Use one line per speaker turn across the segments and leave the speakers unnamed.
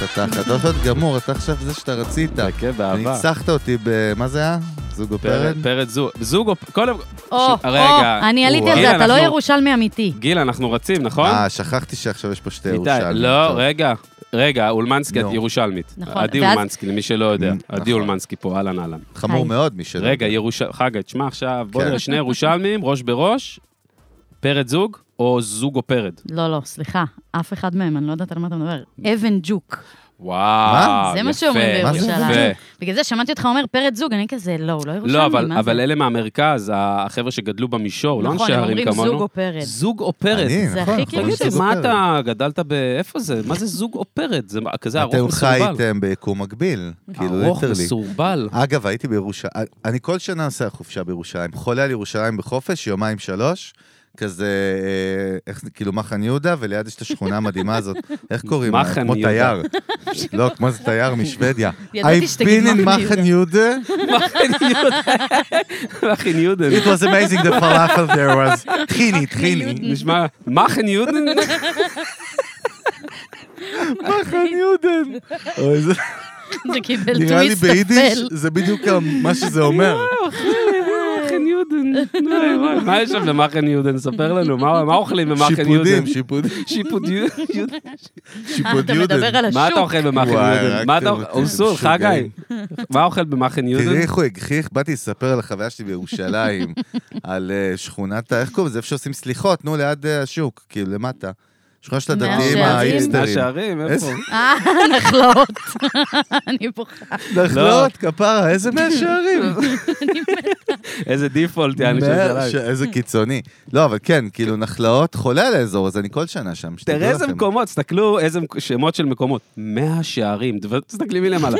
פרשת גמור, אתה עכשיו זה שאתה רצית.
כן, באהבה.
ניצחת אותי ב... מה זה היה? זוג או פרד?
פרד זוג, זוג או... קודם...
או,
ש-
או,
רגע.
אני עליתי
וואו.
על זה,
הנה,
אתה לא
אנחנו-
ירושלמי אמיתי.
גיל, אנחנו רצים, נכון?
אה, שכחתי שעכשיו יש פה שתי
איתי,
ירושלמים.
לא,
טוב.
רגע. רגע, אולמנסקי, את
נו.
ירושלמית.
נכון,
עדי
ואז-
אולמנסקי, למי שלא יודע.
נ-
עדי
נכון.
אולמנסקי פה, אהלן אהלן.
חמור
היי.
מאוד, מי שלא.
רגע, ירוש- חגי, תשמע עכשיו, בוא
כן.
נראה שני ירושלמים, ראש בראש, פרד זוג, או זוג או פרד.
לא, לא, סליחה, אף אחד מהם, אני לא יודעת על מה אתה מדבר. אבן ג'וק.
וואו,
זה מה
אה, יפה,
שאומרים
מה זה
בירושלים.
יפה.
בגלל זה שמעתי אותך אומר פרד זוג, אני כזה, לא, הוא לא ירושלמי,
לא, אבל,
מה זה?
אבל אלה מהמרכז, החבר'ה שגדלו במישור, לא אנשי ערים
נכון, הם אומרים
כמונו.
זוג או פרד.
זוג או פרד.
אני,
זה
נכון,
הכי
נכון,
כאילו
תגיד
זוג
לי,
או
מה
פרד.
אתה גדלת ב... איפה זה? מה זה זוג או פרד? זה כזה ארוך
אתם
מסורבל.
חייתם ביקום מקביל, כאילו
ארוך
ליטרלי.
מסורבל.
אגב, הייתי בירושלים, אני כל שנה עושה חופשה בירושלים, חולה על ירושלים בחופש, יומיים שלוש, כזה, אה, איך זה, כאילו מחן יהודה, וליד יש את השכונה המדהימה הזאת, איך קוראים לה?
מחן
כמו
יהודה.
תייר. לא, כמו זה תייר משוודיה.
ידעתי
I've
שתגיד
been in
מחן יהודה.
מחן יהודה,
מאכן יודן.
it was amazing the falafel there was, טחיני, טחיני.
נשמע, מאכן יודן?
מחן יודן. אוי, זה-
זה קיבל
נראה לי
טוויסט
ביידיש,
אפל.
זה בדיוק ה- מה שזה אומר.
מאכן יודן. וואי, וואי. מה יש שם במאכן יודן? ספר לנו, מה מה אוכלים במאכן יודן?
שיפודים, שיפודים,
שיפוד יודן.
אה,
שיפוד
אתה
יודן.
מדבר על
מה אתה
השוק.
אוכל במאכן
וואי,
יודן? מה
הרגתם
אתה אוכל?
אותי,
אורסול,
משוגעים.
חגי, מה אוכל במאכן
תראי
יודן?
איך הוא הגחיך, באתי לספר על החוויה שלי בירושלים, על אה, שכונת, ה- איך קוראים לזה? איפה שעושים סליחות, נו, ליד אה, השוק, כאילו, למטה. שכונה של הדתיים
מהשערים.
האיפסטרים.
השערים, איפה?
איזה-
אה, נחלאות. אני בוכה.
נחלות,
לא.
כפרה, איזה מאה שערים.
איזה דיפולט, יעני, של
מאה
ירושלים.
ש- איזה קיצוני. לא, אבל כן, כאילו, נחלאות חולה על האזור, אז אני כל שנה שם, שתדעו
תראה איזה
לכם.
מקומות, תסתכלו איזה מק- שמות של מקומות. מאה שערים, דבר- תסתכלי מלמעלה.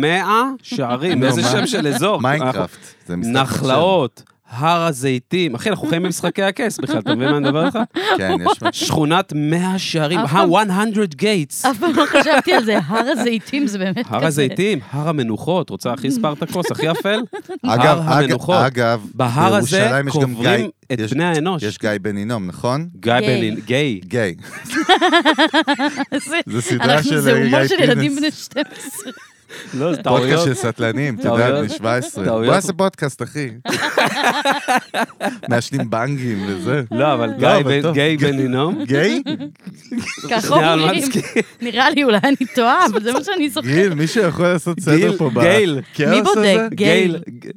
מאה שערים,
נו,
איזה
מה?
שם של אזור. אנחנו-
מיינקראפט, זה משחק
נחלאות, הר הזיתים. אחי, אנחנו חיים במשחקי הכס בכלל, אתה מבין מה אני מדבר איתך?
מחשב. כן, יש מה.
שכונת מאה שערים,
אף פעם-
ה-100 גייטס.
אף פעם לא חשבתי על זה, הר הזיתים זה באמת כזה.
הר הזיתים, הר המנוחות, רוצה הכי ספרטקוס, הכי אפל?
אגב,
הר
אגב,
המנוחות.
אגב,
בהר הזה
בירושלים יש גם
קוברים
גיא-
את
יש-
בני האנוש.
יש גיא בן הינום, נכון?
גיא
גיי.
בנין, גיי.
גיי.
זה-
זו סדרה
אנחנו-
של,
זה
אה,
הומור
גיא
של ילדים
פינס.
בני 12.
לא,
פודקאסט
זה טעויות.
של סטלנים, אתה יודע,
טעויות.
בני 17.
טעויות.
בוא נעשה פודקאסט, אחי. מעשנים בנגים וזה.
לא, אבל
לא,
גיא
אבל
בן-
טוב.
גיא בנינום.
גיי?
ככה
שנייה,
אומרים.
אלמנסקי.
נראה לי, אולי אני טועה, אבל זה מה שאני זוכרת.
גיל, מישהו יכול לעשות סדר
גיל,
פה כן,
גייל.
בכאוס
מי בודק?
הזה?
גייל.
גייל.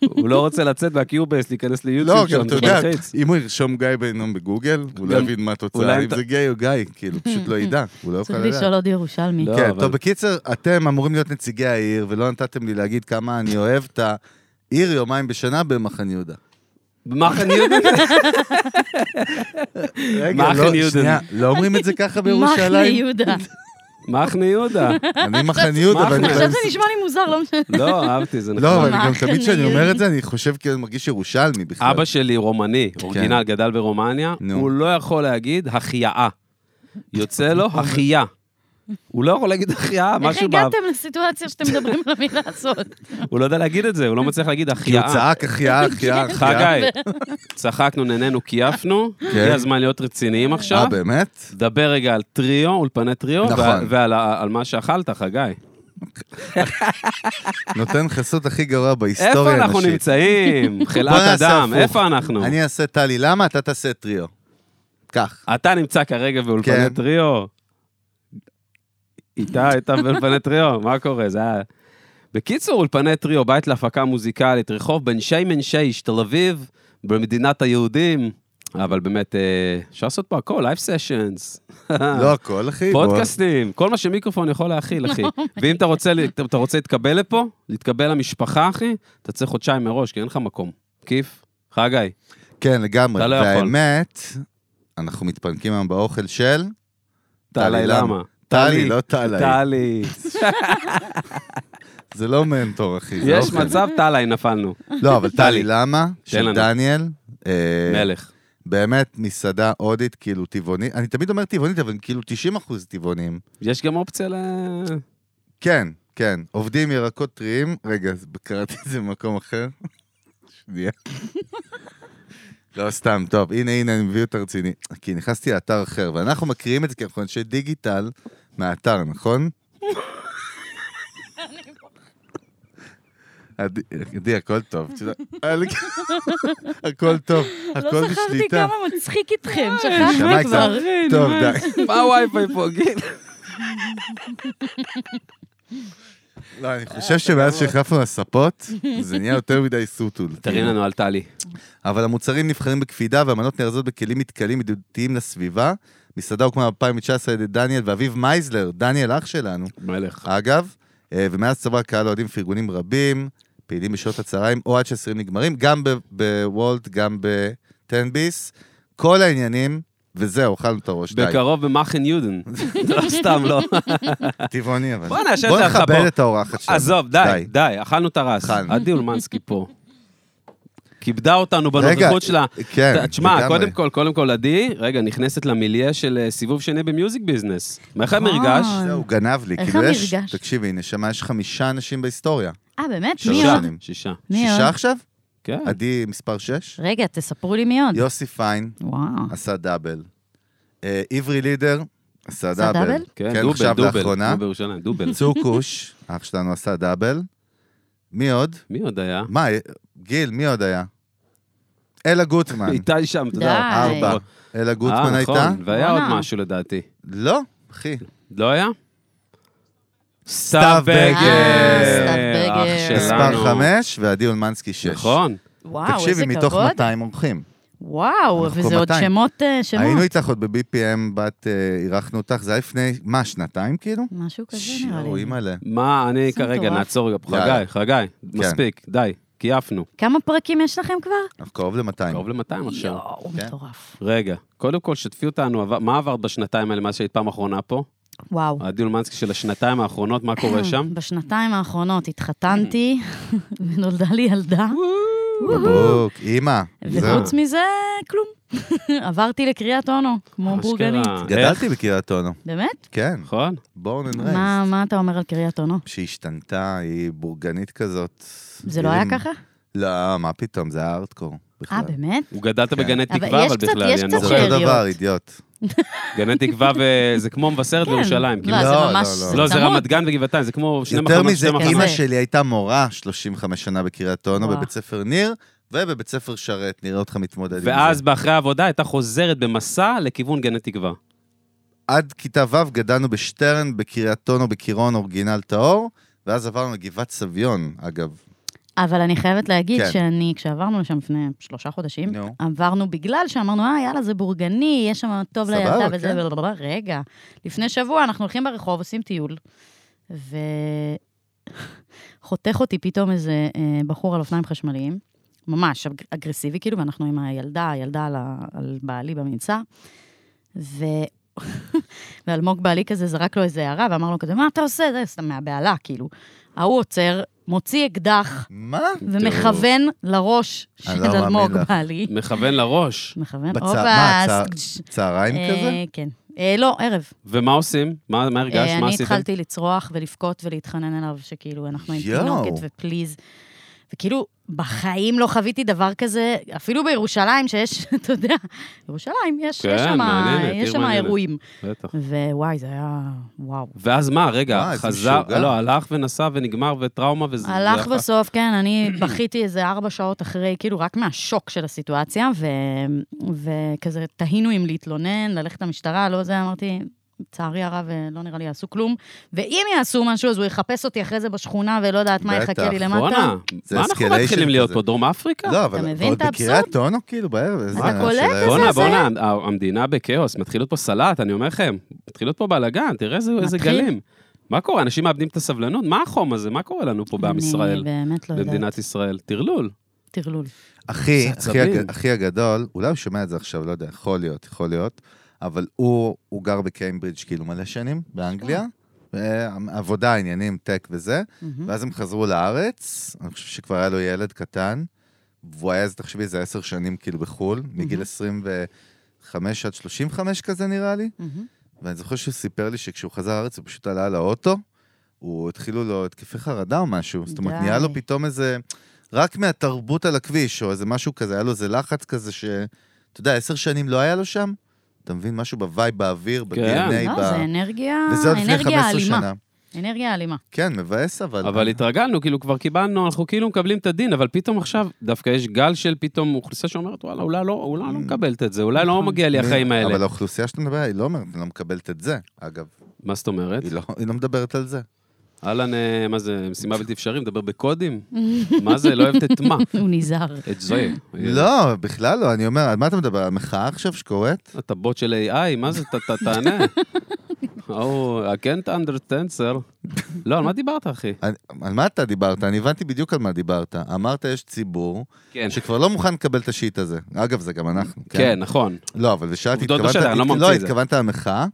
הוא לא רוצה לצאת מהקיובייס, להיכנס
לא,
ליוטיוב
גם
שם,
אתה
זה
יודע,
מלחיץ.
אם הוא ירשום גיא בינום בגוגל, הוא לא
גם-
יבין מה התוצאה,
אולי
אם
אתה-
זה גיי או גיא, כאילו, פשוט לא ידע, הוא לא יוכל
צריך
לדעת.
לשאול עוד ירושלמי.
לא.
כן,
אבל-
טוב, בקיצר, אתם אמורים להיות נציגי העיר, ולא נתתם לי להגיד כמה אני אוהב את העיר יומיים בשנה במחנה יהודה.
מחנה יהודה.
רגע,
מחנה
לא,
יהודה.
שנייה, לא אומרים את זה ככה
מחנה
בירושלים?
יהודה.
מחנה יהודה.
אני מחנה יהודה,
מחנה.
ואני
עכשיו
עכשיו זה נשמע לי מוזר, לא משנה.
אה,
לא, אהבתי, זה
לא,
נכון.
אבל גם תמיד
מחנה
כשאני אומר
יהודה.
את זה, אני חושב כאילו אני מרגיש ירושלמי בכלל.
אבא שלי רומני, אורגינל, גדל ברומניה,
כן. נו.
הוא לא יכול להגיד החייאה. יוצא לו החייאה. הוא לא יכול להגיד החייאה,
איך
משהו באב.
הגעתם לסיטואציה שאתם מדברים על המילה הזאת?
הוא לא יודע להגיד את זה, הוא לא מצליח להגיד
כי הוא
החייאה.
כאילו, צעק, אה, החייאה, החייאה, החייאה.
חגי, צחקנו, נהנינו, קייפנו, הגיע הזמן להיות רציניים עכשיו.
כן. אה, באמת?
דבר רגע על טריו, אולפני טריו,
נכון.
וה- ועל ה- על מה שאכלת, חגי.
נותן חסות הכי גרוע
איפה
בהיסטוריה האנושית.
אנחנו נמצאים? חלאת
בוא נעשה
אדם,
הפוך.
איפה אנחנו?
אני אעשה טלי למה, אתה תעשה טריו. כך.
אתה נמצא כרגע באולפני
כן.
טריו. איתה הייתה באולפני טריו, מה קורה? זה היה... בקיצור, אולפני טריו, בית להפקה מוזיקלית, רחוב בן שיימן שייש, תל אביב, במדינת היהודים. אבל באמת, אה, אפשר לעשות פה הכל, לייב סשנס. אה.
לא הכל, אחי. בוא.
פודקאסטים, כל מה שמיקרופון יכול להכיל, אחי. ואם אתה רוצה, לה- אתה רוצה להתקבל לפה, להתקבל למשפחה, אחי, אתה צריך חודשיים מראש, כי אין לך מקום. כיף. חגי,
כן, לגמרי.
אתה לא יכול.
והאמת, אנחנו מתפנקים היום באוכל של...
טלי, למה?
טלי, לא טלי.
טלי.
זה לא מנטור, אחי. זה
יש
אוכל.
מצב, טלי, נפלנו.
לא, אבל
טלי.
טלי למה?
לנו.
של דניאל. אה,
מלך.
באמת מסעדה הודית, כאילו טבעונית. אני תמיד אומר טבעונית, אבל כאילו 90% טבעונים.
יש גם אופציה ל...
כן, כן. עובדים ירקות טריים. רגע, אז קראתי את זה במקום אחר. שנייה. לא, סתם, טוב, הנה, הנה, אני מביא אותה רציני. כי נכנסתי לאתר אחר, ואנחנו מקריאים את זה כי אנחנו אנשי דיגיטל, מהאתר, נכון? עדי- עדי, הכל טוב. את יודעת, הכל טוב, הכל
לא זכרתי
בשליטה.
כמה מצחיק איתכם, שכחנו
אה, שמע,
כבר.
טוב,
מה-
די.
מה הווי-פיי פה, גיל?
לא, אני חושב שמאז שהחלפנו לספות, זה נהיה יותר מדי סוטול. כאילו.
תרים לנו על טלי.
אבל המוצרים נבחרים בקפידה והמנות נארזות בכלים מתכלים ידידותיים לסביבה. מסעדה הוקמה ב-2019 על ידי דניאל ואביב מייזלר, דניאל אח שלנו,
מלך.
אגב, אה, ומאז צבר קהל אוהדים וארגונים רבים, פעילים בשעות הצהריים או עד שהסירים נגמרים, גם ב- בוולט, גם בטנביס, כל העניינים, וזהו, אכלנו את הראש, די.
בקרוב במאכן יודן. לא סתם, לא.
טבעוני אבל.
בוא נאשר
בוא
את זה עכשיו,
נכבד
בוא.
את האורחת שלנו.
עזוב, די, די, אכלנו את הרס.
אכלנו.
עדי אולמנסקי פה. כיבדה אותנו
רגע,
בנוכחות שלה.
כן,
ת- תשמע,
לגמרי.
קודם כל, קודם כל, עדי, רגע, נכנסת למיליה של אה, סיבוב שני במיוזיק ביזנס. איך היה
נכון.
מרגש?
זהו, גנב לי.
איך
כאילו יש,
המרגש?
תקשיבי, נשמה, יש חמישה אנשים בהיסטוריה.
אה, באמת?
שלושה.
מי עוד?
שנים.
שישה.
מי
שישה
עוד?
עכשיו?
כן.
עדי מספר שש?
רגע, תספרו לי מי עוד.
יוסי פיין
וואו.
עשה דאבל. אה, עברי לידר עשה
עשה
דאבל.
דאבל?
כן,
כן,
דובל,
עכשיו
דובל.
לאחרונה.
כמו בירושלים, דובל.
צוקוש, אח שלנו עשה דאבל. מי עוד?
מי עוד היה?
מה, גיל, מי עוד היה? אלה גוטמן.
איתי שם, אתה יודע.
די.
ארבע. אלה גוטמן
אה,
הייתה?
נכון, והיה עוד
בואנה.
משהו לדעתי.
לא, אחי.
לא היה?
סתיו בגר.
אה, סתיו
אח
בגר.
שלנו.
מספר חמש, ועדי אולמנסקי שש.
נכון.
וואו, איזה
תקשיבי, מתוך
כבוד.
200 אורחים.
וואו,
אנחנו
וזה עוד
200.
שמות, אה, שמות.
היינו איתך עוד ב-BPM, בת, אה, אירחנו אותך, זה היה לפני, מה, שנתיים כאילו?
משהו כזה נראה לי.
שיעורים עליה.
מה, אני
זה
כרגע,
מטורף.
נעצור רגע.
יאללה.
חגי, חגי,
כן.
מספיק, די, קייפנו.
כמה פרקים יש לכם כבר?
אנחנו קרוב ל-200.
קרוב ל-200 עכשיו.
יואו,
כן.
מטורף.
רגע, קודם כל, שתפי אותנו, עבר- מה עברת בשנתיים האלה מאז שהיית פעם אחרונה פה?
וואו.
אה.
עדי אולמנסקי של השנתיים האחרונות, מה קורה שם?
בשנתיים האחרונות התחתנתי, ונולדה לי ילדה,
מברוק, אימא. זהו.
וחוץ מזה, כלום. עברתי לקריית אונו, כמו בורגנית.
אשכרה. איך?
גדלתי בקריית אונו.
באמת?
כן,
נכון?
בורן אנד
מה
רייס.
מה אתה אומר על קריית אונו?
שהשתנתה, היא בורגנית כזאת.
זה לא היה
עם-
ככה?
לא, מה פתאום, זה היה ארדקור.
אה,
כן. בכלל.
באמת?
הוא
כן.
גדלת בגני
אבל
תקווה,
יש
אבל
קצת-
בכלל,
יש
אני
זה
קצת
זוכר.
אותו
שאריות.
דבר, אידיוט.
גני תקווה וזה כמו מבשרת
כן.
וירושלים. כאילו.
לא,
לא, לא,
זה ממש...
לא.
לא, זה
צמוד.
רמת גן וגבעתיים, זה כמו שני
יותר
מחנות,
מזה, כן.
שני מחנות.
אימא
זה.
שלי הייתה מורה 35 שנה בקריית אונו,
וואו.
בבית ספר ניר, ובבית ספר שרת, נראה אותך מתמודד עם זה.
ואז באחרי העבודה הייתה חוזרת במסע לכיוון גני תקווה.
עד כיתה ו' גדלנו בשטרן, בקריית אונו, בקירון, אורגינל טהור, ואז עברנו לגבעת סביון, אגב.
אבל אני חייבת להגיד
כן.
שאני, כשעברנו לשם לפני שלושה חודשים,
נו.
עברנו בגלל שאמרנו, אה, יאללה, זה בורגני, יש שם טוב
סבבה,
לילדה
כן.
וזה, ולבלבלה." לא, רגע. לפני שבוע אנחנו הולכים ברחוב, עושים טיול, וחותך אותי פתאום איזה אה, בחור על אופניים חשמליים, ממש אג- אגרסיבי כאילו, ואנחנו עם הילדה, הילדה על, ה... על בעלי בממצא, ו... ואלמוג בעלי כזה זרק לו איזה הערה, ואמר לו כזה, מה אתה עושה? זה סתם מהבהלה, כאילו. ההוא עוצר, מוציא אקדח,
מה?
ומכוון לראש
אני
של
לא מאמין
אלמוג
לך.
בעלי.
מכוון לראש.
מכוון,
בצה-
הופה,
מה, צה-
סקש.
צהריים
אה,
כזה?
כן. אה, לא, ערב.
ומה עושים? מה מה הרגשת?
אה,
מה
אני
עשיתם?
התחלתי לצרוח ולבכות ולהתחנן אליו, שכאילו, אנחנו עם
יואו.
תינוקת ופליז. וכאילו, בחיים לא חוויתי דבר כזה, אפילו בירושלים, שיש, אתה יודע, ירושלים, יש
כן,
יש שמה-
מעניינת,
יש
עיר
שם
מעניינת.
אירועים.
בטח.
ווואי, זה היה, וואו.
ואז מה, רגע,
וואי, איזה
חזר,
משוגע.
לא, הלך ונסע ונגמר וטראומה וזה...
הלך
זה-
בסוף, כן, אני בכיתי איזה ארבע שעות אחרי, כאילו, רק מהשוק של הסיטואציה, ו... וכזה תהינו אם להתלונן, ללכת למשטרה, לא זה, אמרתי, לצערי הרב, אה, לא נראה לי יעשו כלום, ואם יעשו משהו, אז הוא יחפש אותי אחרי זה בשכונה, ולא יודעת מה
בטח.
יחכה לי למטה.
בואנה,
זה
מה אנחנו
escalation
מתחילים להיות
כזה.
פה? דרום אפריקה?
לא, אבל
אתה מבין
אבל
את האבסורד?
בקריית אונו כאילו בערב, איזה...
אתה קולט
של
את זה?
היום.
בואנה,
זה הזיה.
בואנה, ה- המדינה בכאוס, מתחיל להיות פה סלט, אני אומר לכם. מתחיל להיות פה בלאגן, תראה איזה איזה
מתחיל.
גלים. מה קורה? אנשים מאבדים את הסבלנות? מה החום הזה? מה קורה לנו פה בעם ישראל?
אני באמת לא יודעת,
במדינת ישראל? טרלול.
טרלול.
אחי,
זה
אחי
עצבים.
הג- אחי הגדול, אולי הוא שומע את זה עכשיו, לא יודע, יכול להיות, יכול להיות, אבל הוא, הוא גר בקיימברידג' כאילו מלא שנים, באנגליה,
כן.
עבודה, עניינים, טק וזה,
מהמם.
ואז הם חזרו לארץ, אני חושב שכבר היה לו ילד קטן, והוא היה, אז תחשבי, איזה עשר שנים כאילו בחו"ל, מגיל
Mhm.
25 עד 35 כזה נראה לי,
מהמם.
ואני זוכר שהוא סיפר לי שכשהוא חזר לארץ הוא פשוט עלה לאוטו, הוא התחילו לו התקפי חרדה או משהו, זאת אומרת,
די.
נהיה לו פתאום איזה, רק מהתרבות על הכביש, או איזה משהו כזה, היה לו איזה לחץ כזה ש... אתה יודע, עשר שנים לא היה לו שם, אתה מבין? משהו בווייב, באוויר, ב-DNA,
כן.
ב...
לא, זה אנרגיה,
וזה עוד לפני
אנרגיה
15
אלימה.
שנה.
אנרגיה אלימה.
כן, מבאס, אבל...
אבל התרגלנו, כאילו כבר קיבלנו, אנחנו כאילו מקבלים את הדין, אבל פתאום עכשיו, דווקא יש גל של פתאום אוכלוסייה שאומרת, וואלה, אולי לא, אולי לא מקבלת את זה, אולי לא
נכון.
מגיע לי החיים
Mm. אבל
האלה.
האוכלוסייה שאתה מדבר, עליה, היא לא אומרת, היא לא מקבלת את זה, אגב.
מה זאת אומרת?
היא לא, היא לא מדברת על זה.
אהלן, אה, מה זה, משימה בלתי אפשרי, מדבר בקודים? מה זה, לא אוהבת את מה?
הוא נזהר.
את זה.
לא, בכלל לא, אני אומר, על מה אתה מדבר? על מחאה עכשיו שקורית?
אתה בוט של AI, מה זה, ת- ת- תענה. או, I can't understand, sir. לא, על מה דיברת, אחי?
על על מה אתה דיברת? אני הבנתי בדיוק על מה דיברת. אמרת, יש ציבור
כן,
שכבר לא מוכן לקבל את השיט הזה. אגב, זה גם אנחנו.
כן, נכון.
לא, אבל שאלתי,
עובדות
התכוונת...
בשטח, אני לא
הת-
ממציא
לא,
את זה.
התכוונת למחאה?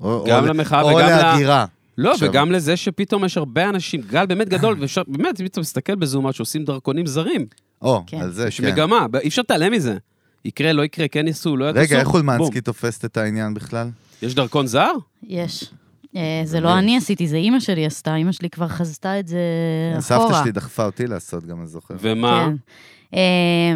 או-
גם
או-
למחאה
או
וגם ל-
להגירה.
לא,
עכשיו-
וגם לזה שפתאום יש הרבה אנשים, גל באמת גדול, ואפשר, באמת, אם אתה מסתכל בזום, שעושים דרכונים זרים.
או,
כן.
על זה,
יש
כן.
מגמה, אי אפשר להתעלם מזה. יקרה, לא יקרה, כן ייסעו, לא יעשו.
רגע, איך חולמנסקי תופסת את העניין בכלל?
יש דרכון זר?
יש. אה, זה לא אני עשיתי, זה אימא שלי עשתה, אימא שלי כבר חזתה את זה כן, אחורה.
אה, סבתא שלי דחפה אותי לעשות גם, אני זוכר.
ומה?
כן. אה,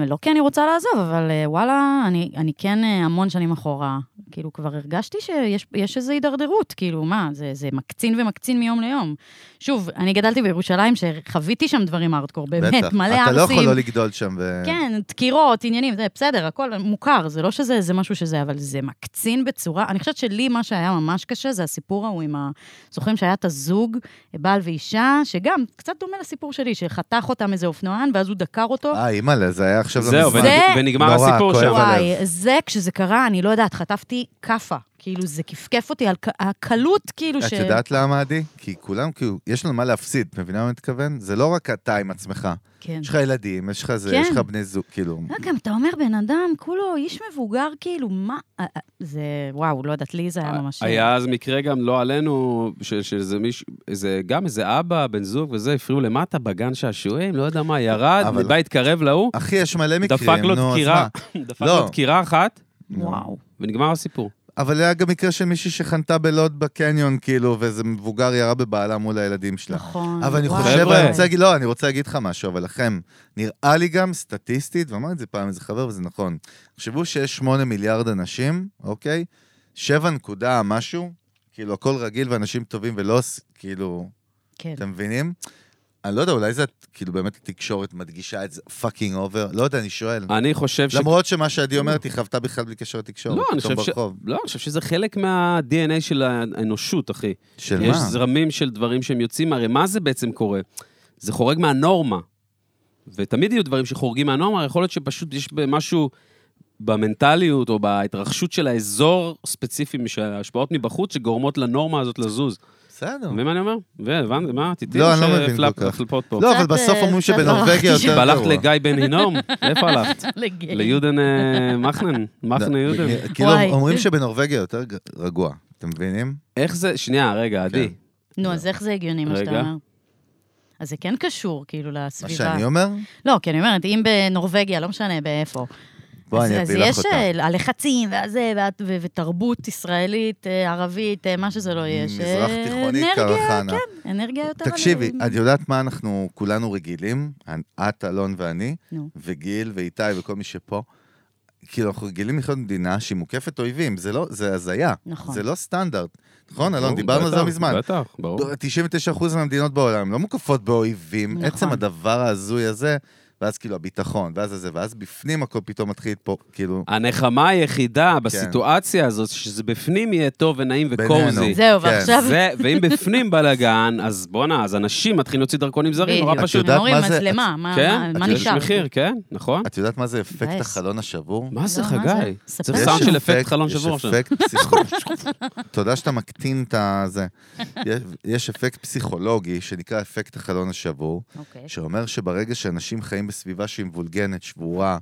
לא כי אני רוצה לעזוב, אבל אה, וואלה, אני, אני כן אה, המון שנים אחורה. כאילו, כבר הרגשתי שיש יש איזו הידרדרות, כאילו, מה, זה, זה מקצין ומקצין מיום ליום. שוב, אני גדלתי בירושלים, שחוויתי שם דברים הארדקור, באמת,
בטח.
מלא ארסים.
אתה לא יכול לא לגדול שם. ו-
כן, דקירות, עניינים, זה בסדר, הכל מוכר, זה לא שזה זה משהו שזה, אבל זה מקצין בצורה... אני חושבת שלי מה שהיה ממש קשה זה הסיפור ההוא עם ה... זוכרים שהיה את הזוג, בעל ואישה, שגם קצת דומה לסיפור שלי, שחתך אותם איזה אופנוען, ואז הוא דקר אותו.
אה, אימא'לה, זה היה עכשיו לא
זהו,
מזמן.
זה-
ונג- ונגמר
נורא,
הסיפור
כואב
שם.
הלב.
וואי, זה, כשזה קרה, אני לא יודעת, חטפתי כאפה. כאילו, זה כפכף אותי על כ- הקלות, כאילו,
את יודעת למה, עדי? כי כולם, כאילו, יש לנו מה להפסיד, את מבינה מה אני מתכוון? זה לא רק אתה עם עצמך.
כן.
יש לך ילדים, יש לך זה,
כן.
יש לך בני זוג, כאילו.
לא, גם אתה אומר, בן אדם, כולו איש מבוגר, כאילו, מה... אה, אה, זה, וואו, לא יודעת, לי זה
אה,
היה ממש...
היה אז מקרה גם, לא עלינו, ש- שזה מישהו, איזה- גם איזה אבא, בן זוג וזה, הפריעו למטה בגן שעשועים, לא יודע מה, ירד,
אבל-
בא, התקרב להוא,
אחי, יש מלא מקרים,
דפק לו
נו, אז
דקירה,
מה?
דפק
לא.
לו דקירה אחת,
וואו.
ונגמר הסיפור.
אבל היה גם מקרה של מישהי שחנתה בלוד בקניון, כאילו, ואיזה מבוגר ירה בבעלה מול הילדים שלה.
נכון.
אבל אני
וואי.
חושב,
חבר'ה.
אני רוצה להגיד, לא, אני רוצה להגיד לך משהו, אבל לכם, נראה לי גם סטטיסטית, ואמר את זה פעם איזה חבר, וזה נכון. תחשבו שיש 8 מיליארד אנשים, אוקיי? 7 נקודה משהו, כאילו, הכל רגיל ואנשים טובים ולא, ס- כאילו,
כן.
אתם מבינים? אני לא יודע, אולי זה, כאילו, באמת התקשורת מדגישה את זה פאקינג אובר? לא יודע, אני שואל.
אני חושב ש...
למרות שמה שעדי אומרת, היא חוותה בכלל בלי קשר לתקשורת,
לא, אני
פתאום
חושב ש...
ברחוב.
לא, אני חושב שזה חלק מה-DNA של האנושות, אחי.
של
יש
מה?
זרמים של דברים שהם יוצאים, הרי מה זה בעצם קורה? זה חורג מהנורמה. ותמיד יהיו דברים שחורגים מהנורמה, יכול להיות שפשוט יש משהו במנטליות או בהתרחשות של האזור ספציפי, שהשפעות מבחוץ שגורמות לנורמה הזאת לזוז.
בסדר.
אתה מבין מה אני אומר? והבנת, מה, תיתי
לא, אני לא מבין כל כך.
פלפות פה.
לא, אבל
קצת,
בסוף
אה,
אומרים
קצת
שבנורבגיה
ברחתי
יותר גרוע.
הלכת לגיא בן הינום? איפה הלכת?
לגיי.
ליודן אה, מחנן,
לא,
מחנה יודן.
כאילו,
וואי.
אומרים שבנורבגיה יותר ג- רגוע, אתם מבינים?
איך זה, שנייה, רגע, עדי.
כן.
נו, אז איך זה הגיוני, מה שאתה
רגע.
אומר? אז זה כן קשור, כאילו,
מה
לסביבה.
שאני אומר?
לא, כי אני אומרת, אם בנורבגיה, לא משנה באיפה.
בואי,
אז-
אני
אז
אפיל לך
יש
אותה.
אה, הלחצים, והזה, וה- ו- ותרבות ישראלית, אה, ערבית, אה, מה שזה לא יהיה. ש-
מזרח תיכונית
אנרגיה,
קרחנה.
כן, אנרגיה יותר...
תקשיבי,
עליהם.
את יודעת מה אנחנו כולנו רגילים? את, אלון ואני,
נו.
וגיל ואיתי וכל מי שפה. כאילו, אנחנו רגילים לחיות במדינה שהיא מוקפת אויבים, זה לא, זה הזיה.
נכון.
זה לא סטנדרט. נכון, אלון?
ברור,
דיברנו על זה
בטח,
מזמן.
בטח, ברור.
99% מהמדינות בעולם לא מוקפות באויבים.
נכון.
עצם הדבר ההזוי הזה, ואז כאילו הביטחון, ואז זה, ואז בפנים הכל פתאום מתחיל פה, כאילו...
אה, הנחמה היחידה
כן.
בסיטואציה הזאת, שזה בפנים יהיה טוב ונעים
בינינו.
וקוזי.
זהו,
כן.
ועכשיו...
זה, ואם בפנים בלאגן, אז בואנה, אז אנשים מתחילים להוציא דרכונים זרים, נורא
בדיוק.
פשוט.
יודעת
הם אומרים,
מה זה-
אז למה? מה-
כן,
מה- מה
אז יש
נשאר?
מחיר, כן, נכון.
את יודעת מה זה אפקט
מבאס.
החלון השבור?
מה זה,
לא, מה
חגי?
זה? ספר.
צריך
יש
זה
סאונד של אפקט
אפקט-
חלון
יש
שבור עכשיו.
אפקט פסיכולוגי. תודה שאתה מקטין את הזה. יש- יש אפקט פסיכולוגי שנקרא אפקט החלון השבור,
אוקיי.
שאומר שברגע שאנשים חיים בסביבה שהיא מבולגנת, שבורה,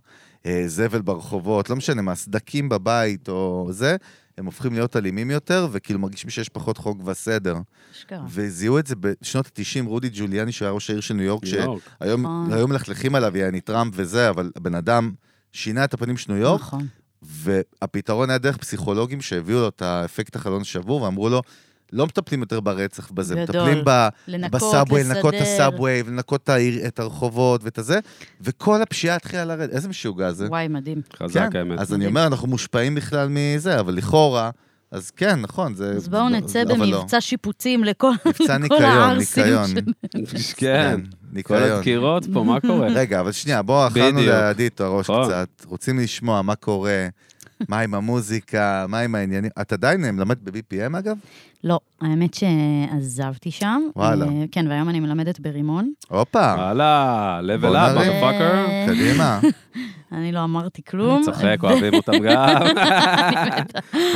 אה, זבל ברחובות, לא משנה מה, סדקים בבית או זה, הם הופכים להיות אלימים יותר, וכאילו מרגישים שיש פחות חוק וסדר.
אשכרה.
וזיהו את זה בשנות ה-90, רודי ג'וליאני, שהיה ראש העיר של ניו יורק,
ניו יורק.
שהיום
נכון.
היום מלכלכים עליו, יעני טראמפ וזה, אבל הבן אדם שינה את הפנים של ניו יורק,
נכון.
והפתרון היה דרך פסיכולוגים שהביאו לו את האפקט החלון שבור, ואמרו לו, לא מטפלים יותר ברצח בזה,
גדול.
מטפלים ב...
לנקות,
בסאבווי,
לסדר.
לנקות את הסאבווי, לנקות את העיר- את הרחובות ואת הזה, וכל הפשיעה התחילה לרדת. איזה משוגע זה.
וואי, מדהים.
חזק
כן,
האמת.
אז אני אומר, אנחנו מושפעים בכלל מזה, אבל לכאורה, אז כן, נכון, זה...
אז בואו נצא
אבל לא.
במבצע שיפוצים לכל
מבצע
כל
ניקיון,
הערסים
ניקיון.
של-
כן, כל
ניקיון.
הדקירות פה, מה קורה?
רגע, אבל שנייה, בואו אכלנו
בדיוק.
לידי את הראש
נכון.
קצת. רוצים לשמוע מה קורה, מה עם המוזיקה, מה עם העניינים. את עדיין אה, מלמדת ב-BPM אגב?
לא, האמת שעזבתי שם.
וואלה.
אה, כן, והיום אני מלמדת ברימון.
הופה,
אה. וואלה, level
בוא
up,
נרים.
motherfucker.
אה,
קדימה.
אני לא אמרתי כלום.
אני צוחק, כן. אוהבים אותם גם.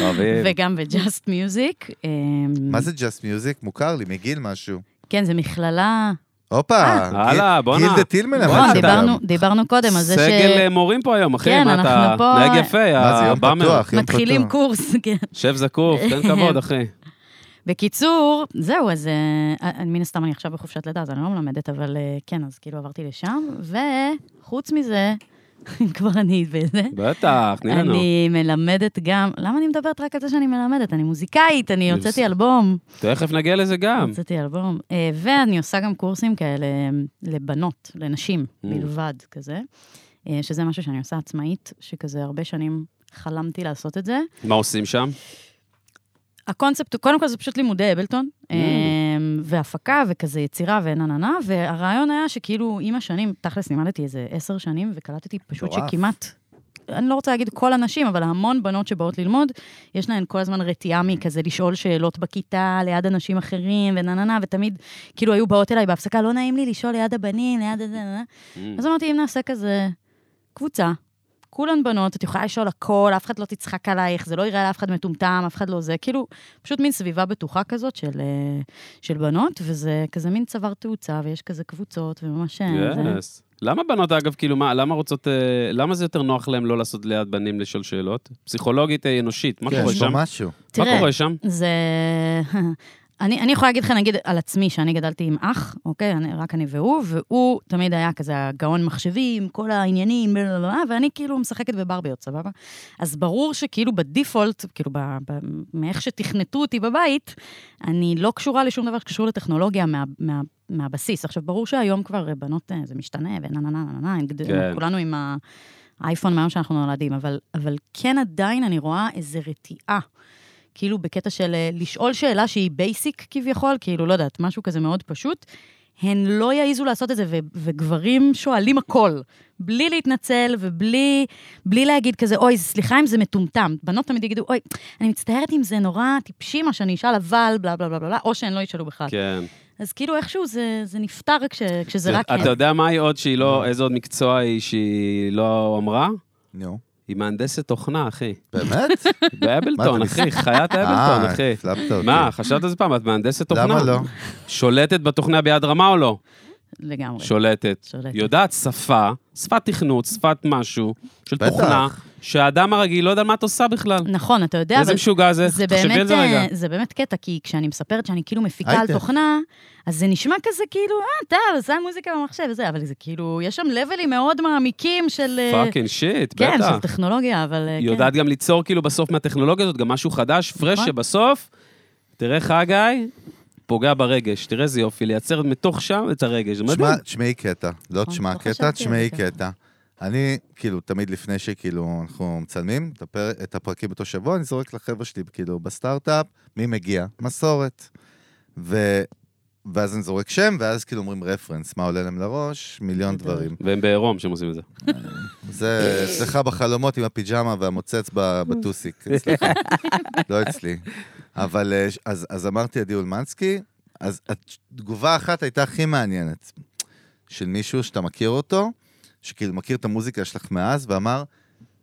אוהבים.
וגם ב-Just Music. אה,
מה זה Just Music? מוכר לי, מגיל משהו.
כן, זה מכללה.
הופה,
הלאה,
גיל-
בואנה.
גילדה טיל מלמד
בואנה,
נכון,
שם.
אה, דיברנו- דיברנו קודם על זה
סגל אה, מורים פה היום, אחי,
כן,
מה
אנחנו
אתה...
פה-
נהג יפה,
מה זה, יום
הבאמר.
פתוח, יום
שמתחילים
פתוח.
קורס, כן.
שב זקוף, תן כבוד, אחי.
בקיצור, זהו, אז אה, אה, מן הסתם אני עכשיו בחופשת לידה, אז אני לא מלמדת, אבל אה, כן, אז כאילו עברתי לשם, וחוץ מזה, אם כבר אני בזה,
בטח, תני לנו.
אני מלמדת גם, למה אני מדברת רק על זה שאני מלמדת? אני מוזיקאית, אני
זה
הוצאתי
בסדר.
אלבום.
תכף נגיע לזה גם.
הוצאתי אלבום. אה, ואני עושה גם קורסים כאלה אה, לבנות, לנשים
Mm.
בלבד, כזה. אה, שזה משהו שאני עושה עצמאית, שכזה הרבה שנים חלמתי לעשות את זה.
מה עושים שם?
הקונספט, הוא- קודם כל זה פשוט לימודי אבלטון,
Mm.
mm. והפקה וכזה יצירה ונה נה נה, והרעיון היה שכאילו עם השנים, תכלס לימדתי איזה עשר שנים, וקלטתי פשוט
מטורף.
שכמעט, אני לא רוצה להגיד כל הנשים, אבל המון בנות שבאות ללמוד, יש להן כל הזמן רתיעה מכזה לשאול שאלות בכיתה, ליד אנשים אחרים ונה נה נה, ותמיד כאילו היו באות אליי בהפסקה, לא נעים לי לשאול ליד הבנים, ליד הזה, נה נה. כן. אז אמרתי, אם נעשה כזה קבוצה, כולן בנות, את יכולה לשאול הכל, אף אחד לא תצחק עלייך, זה לא יראה לאף אחד מטומטם, אף אחד לא זה, כאילו, פשוט מין סביבה בטוחה כזאת של, אה, של בנות, וזה כזה מין צוואר תאוצה, ויש כזה קבוצות, וממש... אה, זה-
יס. Mm. למה בנות, אגב, כאילו, מה, למה רוצות, אה, למה זה יותר נוח להן לא לעשות ליד בנים לשאול שאלות? פסיכולוגית אה, אנושית, מה
כן,
קורה
יש פה
שם?
משהו.
מה
תראה,
קורה שם?
זה... אני, אני יכולה להגיד לך, נגיד, על עצמי, שאני גדלתי עם אח, אוקיי? אני, רק אני והוא, והוא תמיד היה כזה הגאון מחשבים, כל העניינים, בלה, בלה, בלה, ואני כאילו משחקת בברביות, סבבה? אז ברור שכאילו בדיפולט, כאילו ב, ב, מאיך שתכנתו אותי בבית, אני לא קשורה לשום דבר שקשור לטכנולוגיה מה, מה, מהבסיס. עכשיו, ברור שהיום כבר אה, בנות, אה, זה משתנה, ונה נה נה נה נה, הם גד-
כן.
כולנו עם האייפון מהיום שאנחנו נולדים, אבל, אבל כן עדיין אני רואה איזו רתיעה. כאילו בקטע של אה, לשאול שאלה שהיא בייסיק כביכול, כאילו, לא יודעת, משהו כזה מאוד פשוט, הן לא יעיזו לעשות את זה, ו- וגברים שואלים הכל, בלי להתנצל ובלי בלי להגיד כזה, אוי, סליחה אם זה מטומטם. בנות תמיד יגידו, אוי, אני מצטערת אם זה נורא טיפשי מה שאני אשאל, אבל בלה בלה בלה בלה, בלה", או שהן לא ישאלו בכלל.
כן.
אז כאילו איכשהו זה, זה נפתר כש, כשזה רק...
אתה יודע מה היא עוד שהיא לא, איזה עוד מקצוע היא שהיא לא אמרה?
נו,
היא מהנדסת תוכנה, אחי.
באמת?
באבלטון,
אתה
אחי, חיית האבלטון,
אה,
כן, אחי.
הפלפת אותי.
מה, חשבת על זה פעם? את מהנדסת תוכנה?
למה לא?
שולטת בתוכנה ביד רמה או לא?
לגמרי.
שולטת.
שולטת.
יודעת שפה, שפת תכנות, שפת משהו, של
בטח.
תוכנה, שהאדם הרגיל לא יודע מה את עושה בכלל.
נכון, אתה יודע,
איזה משוגע זה?
זה
תחשבי על
באמת,
זה רגע.
אה, זה באמת קטע, כי כשאני מספרת שאני כאילו מפיקה על
הייטק.
תוכנה, אז זה נשמע כזה כאילו, אה, אתה עושה מוזיקה במחשב וזה, אבל זה כאילו, יש שם לבלים מאוד מעמיקים של... אה,
פאקינג שיט,
כן, של
בטח.
טכנולוגיה, אבל... אה,
היא
כן.
יודעת גם ליצור כאילו בסוף מהטכנולוגיה הזאת גם משהו חדש, פרש
נכון.
שבסוף, תראה חגי, פוגע ברגש, תראה איזה יופי, לייצר מתוך שם את הרגש, זה מדהים.
שמע, תשמעי קטע. לא
נכון,
תשמע
לא חשבתי
קטע,
על
תשמעי
זה ככה.
קטע. אני, כאילו, תמיד לפני שכאילו אנחנו מצלמים את הפר- את הפרקים אותו שבוע, אני זורק לחבר'ה שלי, כאילו, בסטארט-אפ, מי מגיע? מסורת. ו... ואז אני זורק שם, ואז כאילו אומרים רפרנס, מה עולה להם לראש? מיליון
גדול.
דברים.
והם בעירום שהם עושים את זה.
זה אצלך בחלומות עם הפיג'מה והמוצץ ב- בטוסיק, אצלך. לא אצלי. אבל אה, אז, אז אמרתי עדי אולמנסקי, אז התגובה האחת הייתה הכי מעניינת, של מישהו שאתה מכיר אותו, שכאילו מכיר את המוזיקה שלך מאז, ואמר,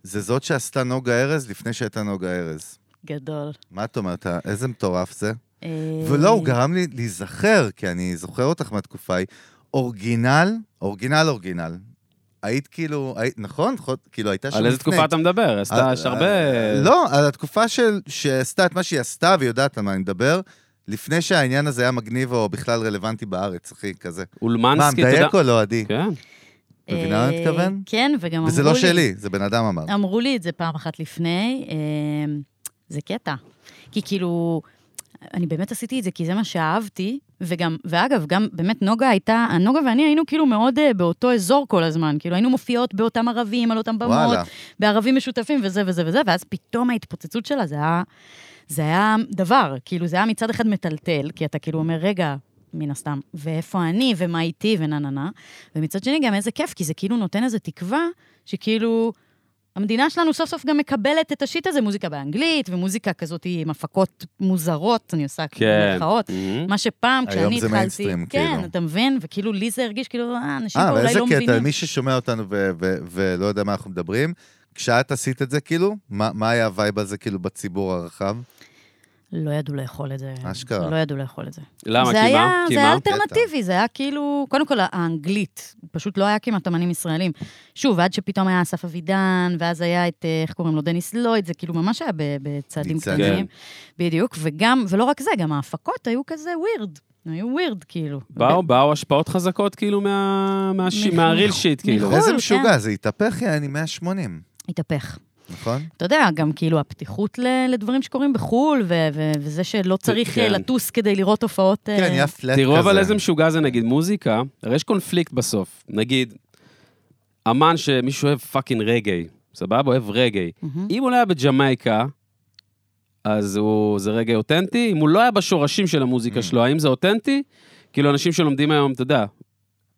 זה זאת שעשתה נוגה ארז לפני שהייתה נוגה ארז.
גדול.
מה את אומרת? איזה מטורף זה?
אה,
ולא, הוא גרם לי להיזכר, כי אני זוכר אותך מהתקופה ההיא. אורגינל, אורגינל, אורגינל. היית כאילו, היית, נכון? חוד- כאילו, הייתה שם
על איזה תקופה אתה מדבר? אז אתה- יש הרבה...
לא, על התקופה של, שעשתה את מה שהיא עשתה, והיא יודעת על מה אני מדבר, לפני שהעניין הזה היה מגניב או בכלל רלוונטי בארץ, אחי, כזה. מה,
אולמנסקי, אתה יודע...
מדייק או לא, עדי?
כן.
מבינה מה אני
אה,
מתכוון?
כן, וגם אמרו לי...
וזה לא שלי, זה בן אדם אמר.
אמרו לי את זה פעם אחת לפני, אה, זה קטע. כי כאילו, אני באמת עשיתי את זה כי זה מה שאהבתי, וגם, ואגב, גם באמת נוגה הייתה, נוגה ואני היינו כאילו מאוד אה, באותו אזור כל הזמן, כאילו היינו מופיעות באותם ערבים, על אותם במות,
וואלה.
בערבים משותפים וזה וזה וזה, ואז פתאום ההתפוצצות שלה, זה היה, זה היה דבר, כאילו זה היה מצד אחד מטלטל, כי אתה כאילו אומר, רגע, מן הסתם, ואיפה אני, ומה איתי, ונה נה נה, ומצד שני גם איזה כיף, כי זה כאילו נותן איזו תקווה, שכאילו... המדינה שלנו סוף סוף גם מקבלת את השיט הזה, מוזיקה באנגלית, ומוזיקה כזאת עם הפקות מוזרות, אני עושה
כן.
במירכאות. מה שפעם, כשאני
היום
התחלתי...
זה מיינסטרים,
כן,
כאילו.
אתה מבין? וכאילו, לי זה הרגיש כאילו, אה, אנשים
אה,
פה
אבל
אולי
איזה
לא
קטע,
מבינים.
מי ששומע אותנו ו- ו- ולא יודע מה אנחנו מדברים, כשאת עשית את זה, כאילו, מה מה היה הווייב הזה, כאילו, בציבור הרחב?
לא ידעו לאכול את זה.
אשכרה.
לא ידעו לאכול את זה.
למה?
זה
כי
היה,
מה? כי
זה היה
מה?
אלטרנטיבי, זה היה כאילו, קודם כל האנגלית, פשוט לא היה כמעט אמנים ישראלים. שוב, עד שפתאום היה אסף אבידן, ואז היה את, אה, איך קוראים לו, דניס לויד, זה כאילו ממש היה ב- בצעדים
ניצן.
קטנים. בדיוק, וגם, ולא רק זה, גם ההפקות היו כזה ווירד. היו ווירד, כאילו.
באו, באו השפעות חזקות כאילו מה... מה... ש-
מחו"ל.
מהריל שיט, כאילו.
מחו"ל.
איזה
כן.
משוגע, זה התהפך, יעני 180,
התהפך.
נכון?
אתה יודע, גם כאילו הפתיחות ל- לדברים שקורים בחו"ל, ו- ו- וזה שלא צריך
כן.
אה, לטוס כדי לראות הופעות... אה,
כן, נהיה פלט כזה.
תראו אבל איזה משוגע זה נגיד מוזיקה, הרי יש קונפליקט בסוף. נגיד, אמן שמישהו אוהב פאקינג רגעי, סבבה? אוהב רגעי.
מהמם.
אם הוא לא היה בג'מייקה, אז הוא, זה רגע אותנטי. אם הוא לא היה בשורשים של המוזיקה
Mm.
שלו, האם זה אותנטי? כאילו, אנשים שלומדים היום, אתה יודע,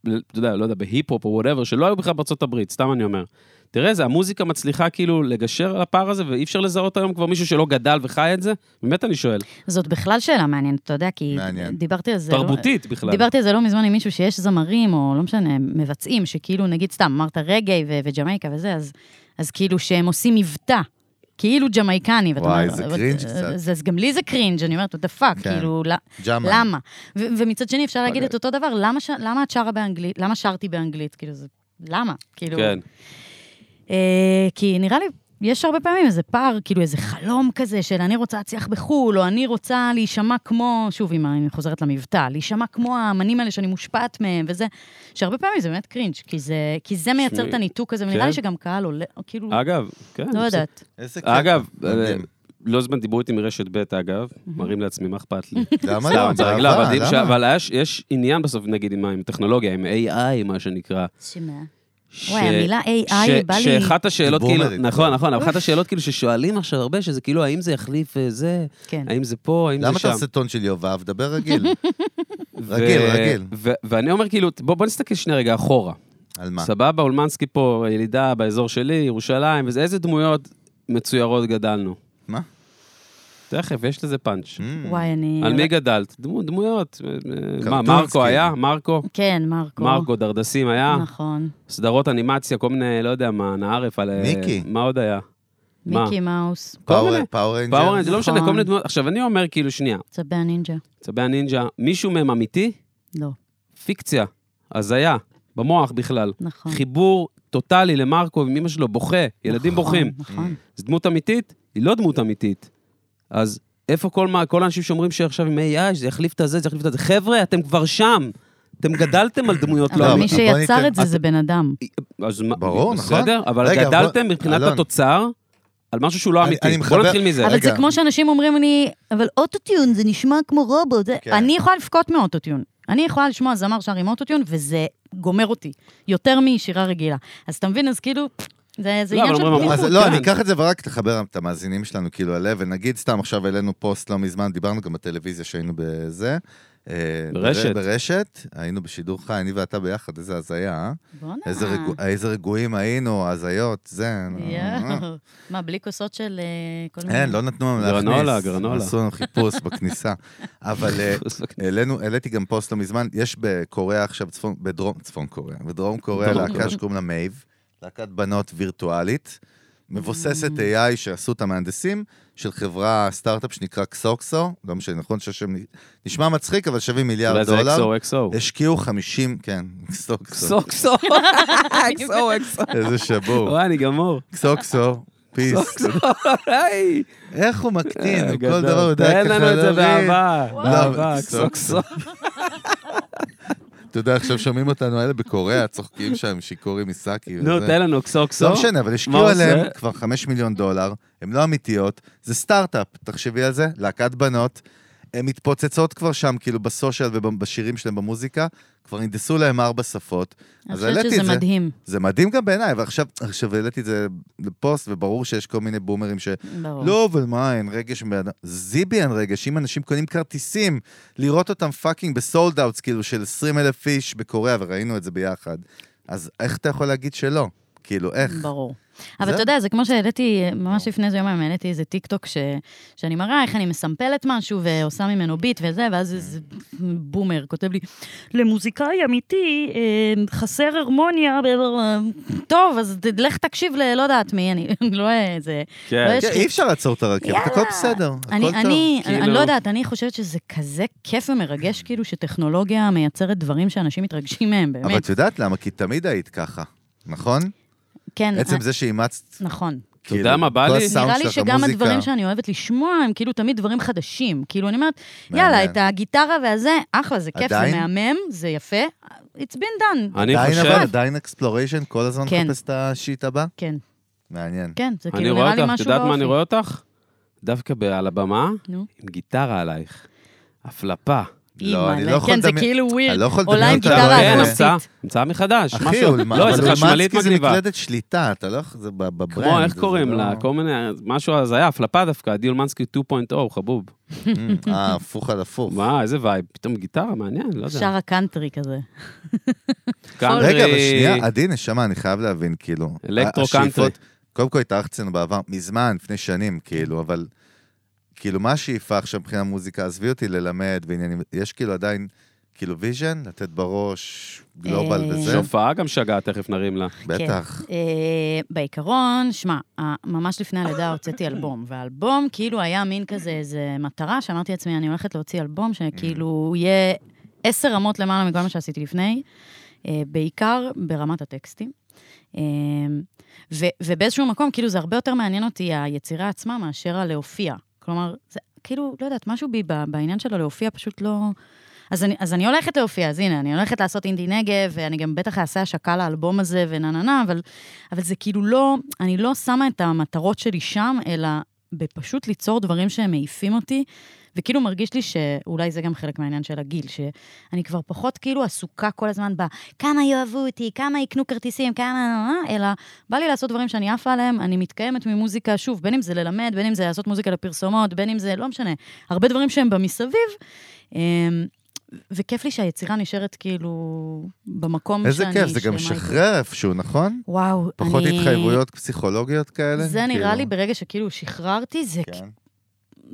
ל- אתה יודע, לא יודע, בהיפ-הופ או וואטאבר, שלא היו בכלל בארצות הברית, סתם אני אומר. תראה, זה, המוזיקה מצליחה כאילו לגשר על הפער הזה, ואי אפשר לזהות היום כבר מישהו שלא גדל וחי את זה? באמת אני שואל.
זאת בכלל שאלה מעניינת, אתה יודע, כי
מעניין.
דיברתי על זה... לא-
תרבותית בכלל.
דיברתי על זה לא מזמן עם מישהו שיש זמרים, או לא משנה, מבצעים, שכאילו, נגיד סתם, אמרת רגעי ו- וג'מייקה וזה, אז, אז כאילו שהם עושים מבטא, כאילו ג'מייקני. ואתה
וואי,
אומר,
זה
אבל-
קרינג'
אז-
קצת.
אז, אז גם לי זה קרינג', אני אומרת, what the fuck,
כן.
כאילו, לא-
ג'אמן.
למה? ו- ומצד שני, אפשר להגיד
אוקיי.
את אותו דבר, למה, ש- למה את שרה באנגלית, למה שרתי באנגלית, כאילו, זה... למה? כאילו...
כן.
אה, כי נראה לי, יש הרבה פעמים איזה פער, כאילו איזה חלום כזה של אני רוצה להצליח בחו"ל, או אני רוצה להישמע כמו, שוב, אם אני חוזרת למבטא, להישמע כמו האמנים האלה שאני מושפעת מהם וזה, שהרבה פעמים זה באמת קרינג', כי זה, כי זה מייצר
שמעי,
את הניתוק הזה, ונראה
כן.
לי שגם קהל עולה, או כאילו,
אגב, כן.
לא
זה
יודעת.
איזה קטע.
אגב,
מדהים.
אה, לא זמן דיברו איתי מרשת ב' אגב, מראים לעצמי, מה אכפת לי?
למה
סתם,
לא?
זה רגלה,
באהבה,
אבל יש-
למה?
אבל יש- יש עניין בסוף, נגיד, עם ה- עם טכנולוגיה, עם AI, מה שנקרא.
שמה.
ש-
וואי, המילה AI
ש-
בא לי...
שאחת השאלות,
היא
כאילו,
בומרית,
נכון,
כן.
נכון, אבל אחת השאלות כאילו ששואלים עכשיו הרבה, שזה כאילו, האם זה יחליף אה, זה,
כן.
האם זה פה, האם זה
למה אתה
שם.
עושה טון של יובב? דבר רגיל.
ו-
רגיל, רגיל.
ו- ואני אומר, כאילו, בוא בוא נסתכל שנייה רגע אחורה.
על מה?
סבבה, אולמנסקי פה, ילידה באזור שלי, ירושלים, וזה, איזה דמויות מצוירות גדלנו.
מה?
תכף, יש לזה פאנץ'.
Mm.
וואי, אני...
על מי גדלת? דמו- דמויות. אה, מה,
קרטונס,
מרקו
כאילו.
היה? מרקו?
כן, מרקו.
מרקו, אה. דרדסים היה?
נכון.
סדרות אנימציה, כל מיני, לא יודע מה, נערף על... אה,
מיקי.
מה עוד היה? מה?
מיקי מאוס,
כל
פאוור-
מיני.
פאוור ריינג'ר?
פאורנג', לא משנה,
נכון.
כל מיני דמויות. עכשיו, אני אומר, כאילו, שנייה,
צבי הנינג'ה.
צבי הנינג'ה, מישהו מהם אמיתי?
לא,
פיקציה, הזיה, במוח בכלל.
נכון.
חיבור טוטאלי למרקו עם אמא שלו, בוכה, ילדים
נכון,
בוכים.
נכון.
זו דמות אמיתית? היא לא דמות אמיתית. אז איפה כל מה, כל האנשים שאומרים שעכשיו עם AI, שזה יחליף את הזה, זה יחליף את זה. חבר'ה, אתם כבר שם. אתם גדלתם על דמויות לא
אבל מי
אבל בוא ניתן-
שיצר את זה זה בן אדם.
אז מה-
ברור, נכון.
בסדר, אבל
רגע,
גדלתם
בוא-
מבחינת
אלון.
התוצר על משהו שהוא לא
אני-
אמיתי.
אני
בוא
מחבר- אה,
נתחיל מזה.
אבל
רגע.
זה כמו שאנשים אומרים לי, אבל אוטוטיון זה נשמע כמו רובוט. זה-
כן.
אני יכולה לבכות מאוטוטיון. אני יכולה לשמוע זמר שר עם אוטוטיון, וזה גומר אותי, יותר משירה רגילה. אז אתה מבין, אז כאילו, זה זה
לא,
עניין
אבל
של
אומרים,
פתיחות.
אז
בחוץ,
לא,
כן.
אני אקח את זה ורק תחבר את המאזינים שלנו כאילו הלב, ונגיד סתם עכשיו העלינו פוסט לא מזמן, דיברנו גם בטלוויזיה שהיינו בזה. אה,
ברשת.
בר- ברשת, היינו בשידור חי, אני ואתה ביחד, איזה הזיה, אה?
בואנה.
איזה רגוע- איזה רגועים היינו, הזיות, זה...
יואו. מה, בלי כוסות של אה, כל מיני...
אה. אין, לא נתנו לנו להכניס.
גרנולה, גרנולה.
עשו לנו חיפוש בכניסה. אבל אה, העלינו, העליתי גם פוסט לא מזמן, יש בקוריאה עכשיו, צפון, בדרום, צפון קוריאה, בדרום קוריאה
דרום
להקה
קוריאה.
שקוראים לה מייב, להקת בנות וירטואלית, מבוססת AI שעשו את המהנדסים, של חברה סטארט-אפ שנקרא קסוקסו, לא משנה, נכון שהשם נ- נשמע מצחיק, אבל שווים
אולי
מיליארד
זה
דולר.
XO, XO.
השקיעו 50, כן, קסוקסו,
XO, XO, XO.
איזה שבור,
וואי, אני גמור.
קסוקסו, פיס.
XO, היי.
איך הוא מקטין, הוא
אה, גדול.
כל דבר הוא יודע
תן לנו את
ככה
זה
לא, להוריד.
באהבה. באהבה, XO,
XO.
XO.
אתה יודע, עכשיו שומעים אותנו האלה בקוריאה, צוחקים שם, שיכורי מסאקי.
נו,
וזה.
תן לנו XO, XO.
לא משנה, אבל השקיעו
מה עושה?
עליהם כבר 5 מיליון דולר, הן לא אמיתיות, זה סטארט-אפ, תחשבי על זה, להקת בנות. הן מתפוצצות כבר שם, כאילו, בסושיאל ובשירים שלהם במוזיקה, כבר נדסו להם ארבע שפות.
אני
אז
חושבת
העליתי את
שזה
זה.
מדהים.
זה מדהים גם בעיניי, ועכשיו עכשיו העליתי את זה לפוסט, וברור שיש כל מיני בומרים ש...
ברור.
לא, אבל מה, אין רגש מבן אדם. זיבי אין רגש, אם אנשים קונים כרטיסים, לראות אותם פאקינג בסולד אאוטס, כאילו, של 20 אלף איש בקוריאה, וראינו את זה ביחד. אז איך אתה יכול להגיד שלא? כאילו, איך?
ברור. אבל
זה-
אתה יודע, זה כמו שהעליתי, ממש לפני איזה יומיים, העליתי איזה טיקטוק ש... שאני מראה איך אני מסמפלת משהו ועושה ממנו ביט וזה,
כן.
ואז איזה בומר כותב לי, למוזיקאי אמיתי אה, חסר הרמוניה, בלה, בלה, בלה." טוב, אז ת- לך תקשיב ללא יודעת מי, אני לא איזה...
כן.
יש
כן,
לי-
אי אפשר לעצור את הרכבת,
יאללה.
הכל בסדר, הכל
אני,
טוב.
אני,
כאילו-
אני לא יודעת, אני חושבת שזה כזה כיף ומרגש, כאילו, שטכנולוגיה מייצרת דברים שאנשים מתרגשים מהם,
אבל
באמת.
את יודעת למה? כי תמיד היית ככה, נכון?
כן,
עצם
אה,
זה שאימצת, כאילו,
נכון.
אתה יודע מה בא
כל
לי?
הסאונד
נראה לי
שלך,
שגם
המוזיקה.
הדברים שאני אוהבת לשמוע הם כאילו תמיד דברים חדשים. כאילו, אני אומרת,
מעניין.
יאללה, את הגיטרה והזה, אחלה, זה כיף, זה
עדיין?
מהמם, זה יפה, it's been done.
אני
עדיין
חושב,
אבל, עדיין אקספלוריישן, כל הזמן
כן.
מחפש את השיט הבא?
כן,
מעניין.
כן, זה
אני
כאילו
רואה
נראה לי
אותך, את
משהו
יודעת מה אני
באופי.
רואה אותך? דווקא ב- על הבמה,
נו.
עם גיטרה עלייך. הפלפה.
לא, אני לא
אימא'לה,
יכול
כן, זה
לדמיין-
כאילו
אני לא
ווירד.
יכול
עולה עם
לדמיין אותה.
גיטרה
כן,
אקוסטית.
המצאה, המצאה מחדש.
אחי,
משהו-
אולמן,
לא, איזה
אבל
חשמלית
אולמנסקי זה
מגניבה.
מקלדת שליטה, אתה לא יכול, זה בב- בברנד.
כמו, איך
זה
קוראים
לא-
לה? כל מיני, משהו הזיה, הפלפה דווקא, עדי אולמנסקי 2.0, חבוב.
אה, הפוך על הפוך.
מה, איזה וייב, פתאום גיטרה, מעניין, לא יודע.
שר הקאנטרי כזה.
קאנטרי,
רגע, אבל שנייה, עדי, נשמה, אני חייב להבין, כאילו.
אלקטרו
השאיפות-
קאנטרי.
קודם כל התארחת אצלנו בעבר, מזמן, לפני שנים, כאילו, אבל... כאילו, מה השאיפה עכשיו מבחינה מוזיקה? עזבי אותי ללמד ועניינים, יש כאילו עדיין, כאילו ויז'ן, לתת בראש, גלובל
אה, כן.
וזה?
שופעה גם שגה, תכף נרים לה.
בטח.
אה, בעיקרון, שמע, אה, ממש לפני הלידה הוצאתי אלבום, והאלבום כאילו היה מין כזה איזה מטרה, שאמרתי לעצמי, אני הולכת להוציא אלבום שכאילו הוא יהיה עשר רמות למעלה מכל מה שעשיתי לפני, אה, בעיקר ברמת הטקסטים. אה, ו- ובאיזשהו מקום, כאילו, זה הרבה יותר מעניין אותי היצירה עצמה מאשר הלהופיע. כלומר, זה כאילו, לא יודעת, משהו בי ב- בעניין של הלהופיע פשוט לא... אז אני, אז אני הולכת להופיע, אז הנה, אני הולכת לעשות אינדי נגב, ואני גם בטח אעשה השקה לאלבום הזה ונה נה נה, אבל, אבל זה כאילו לא, אני לא שמה את המטרות שלי שם, אלא בפשוט ליצור דברים שהם מעיפים אותי, וכאילו מרגיש לי שאולי זה גם חלק מהעניין של הגיל, שאני כבר פחות כאילו עסוקה כל הזמן ב כמה יאהבו אותי, כמה יקנו כרטיסים, כמה... נה, נה, נה", אלא בא לי לעשות דברים שאני עפה עליהם, אני מתקיימת ממוזיקה, שוב, בין אם זה ללמד, בין אם זה לעשות מוזיקה לפרסומות, בין אם זה, לא משנה, הרבה דברים שהם במסביב. אמ, וכיף לי שהיצירה נשארת כאילו במקום
איזה
שאני...
כיף, זה גם
שלמה איתו.
משחרר איפשהו, נכון?
וואו, אני...
פחות התחייבויות פסיכולוגיות כאלה?
זה נראה
כאילו.
לי ברגע שכאילו שחררתי, זה,
כן.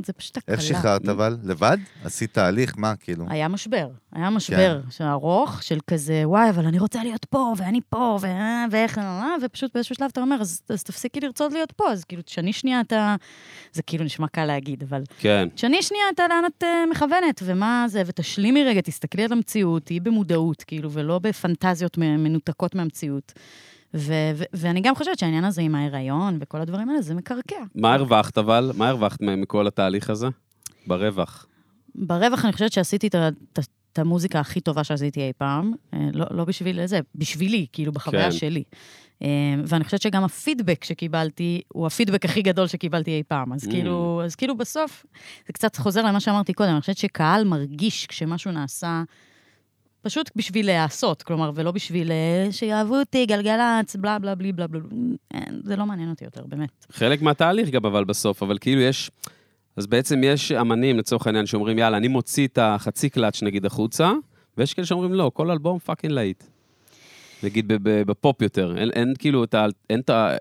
זה פשוט הקלה.
איך
Mm.
שחררת אבל? לבד? עשית תהליך? מה, כאילו?
היה משבר, היה משבר כן. ארוך של כזה, וואי, אבל אני רוצה להיות פה, ואני פה, ו... ואיך, אה, ופשוט באיזשהו שלב אתה אומר, אז, אז תפסיקי לרצות להיות פה, אז כאילו תשני שנייה את ה... זה כאילו נשמע קל להגיד, אבל
כן.
תשני שנייה את לאן את אה, מכוונת, ומה זה, ותשלימי רגע, תסתכלי על המציאות, תהיי במודעות, כאילו, ולא בפנטזיות מ- מנותקות מהמציאות. ו- ו- ואני גם חושבת שהעניין הזה עם ההיריון וכל הדברים האלה, זה מקרקע.
מה הרווחת אבל? מה הרווחת מ- מכל התהליך הזה? ברווח.
ברווח אני חושבת שעשיתי את ה- את ה- את המוזיקה הכי טובה שעשיתי אי פעם. אה, לא, לא בשביל זה, בשבילי, כאילו, בחוויה
כן.
כן. שלי. אה, ואני חושבת שגם הפידבק שקיבלתי, הוא הפידבק הכי גדול שקיבלתי אי פעם. אז,
Mm.
mm. כאילו, אז כאילו בסוף, זה קצת חוזר למה שאמרתי קודם, אני חושבת שקהל מרגיש כשמשהו נעשה פשוט בשביל להיעשות, כלומר, ולא בשביל אה, שיאהבו אותי, גלגלצ, בלה בלה בלי בלה בלה. אין, זה לא מעניין אותי יותר, באמת.
חלק מהתהליך גם אבל בסוף, אבל כאילו יש... אז בעצם יש אמנים, לצורך העניין, שאומרים, יאללה, אני מוציא את החצי קלאץ' נגיד החוצה, ויש כאלה שאומרים, לא, כל אלבום פאקינג להיט. נגיד ב- ב- בפופ יותר. אין, אין כאילו את ה... אין את ה...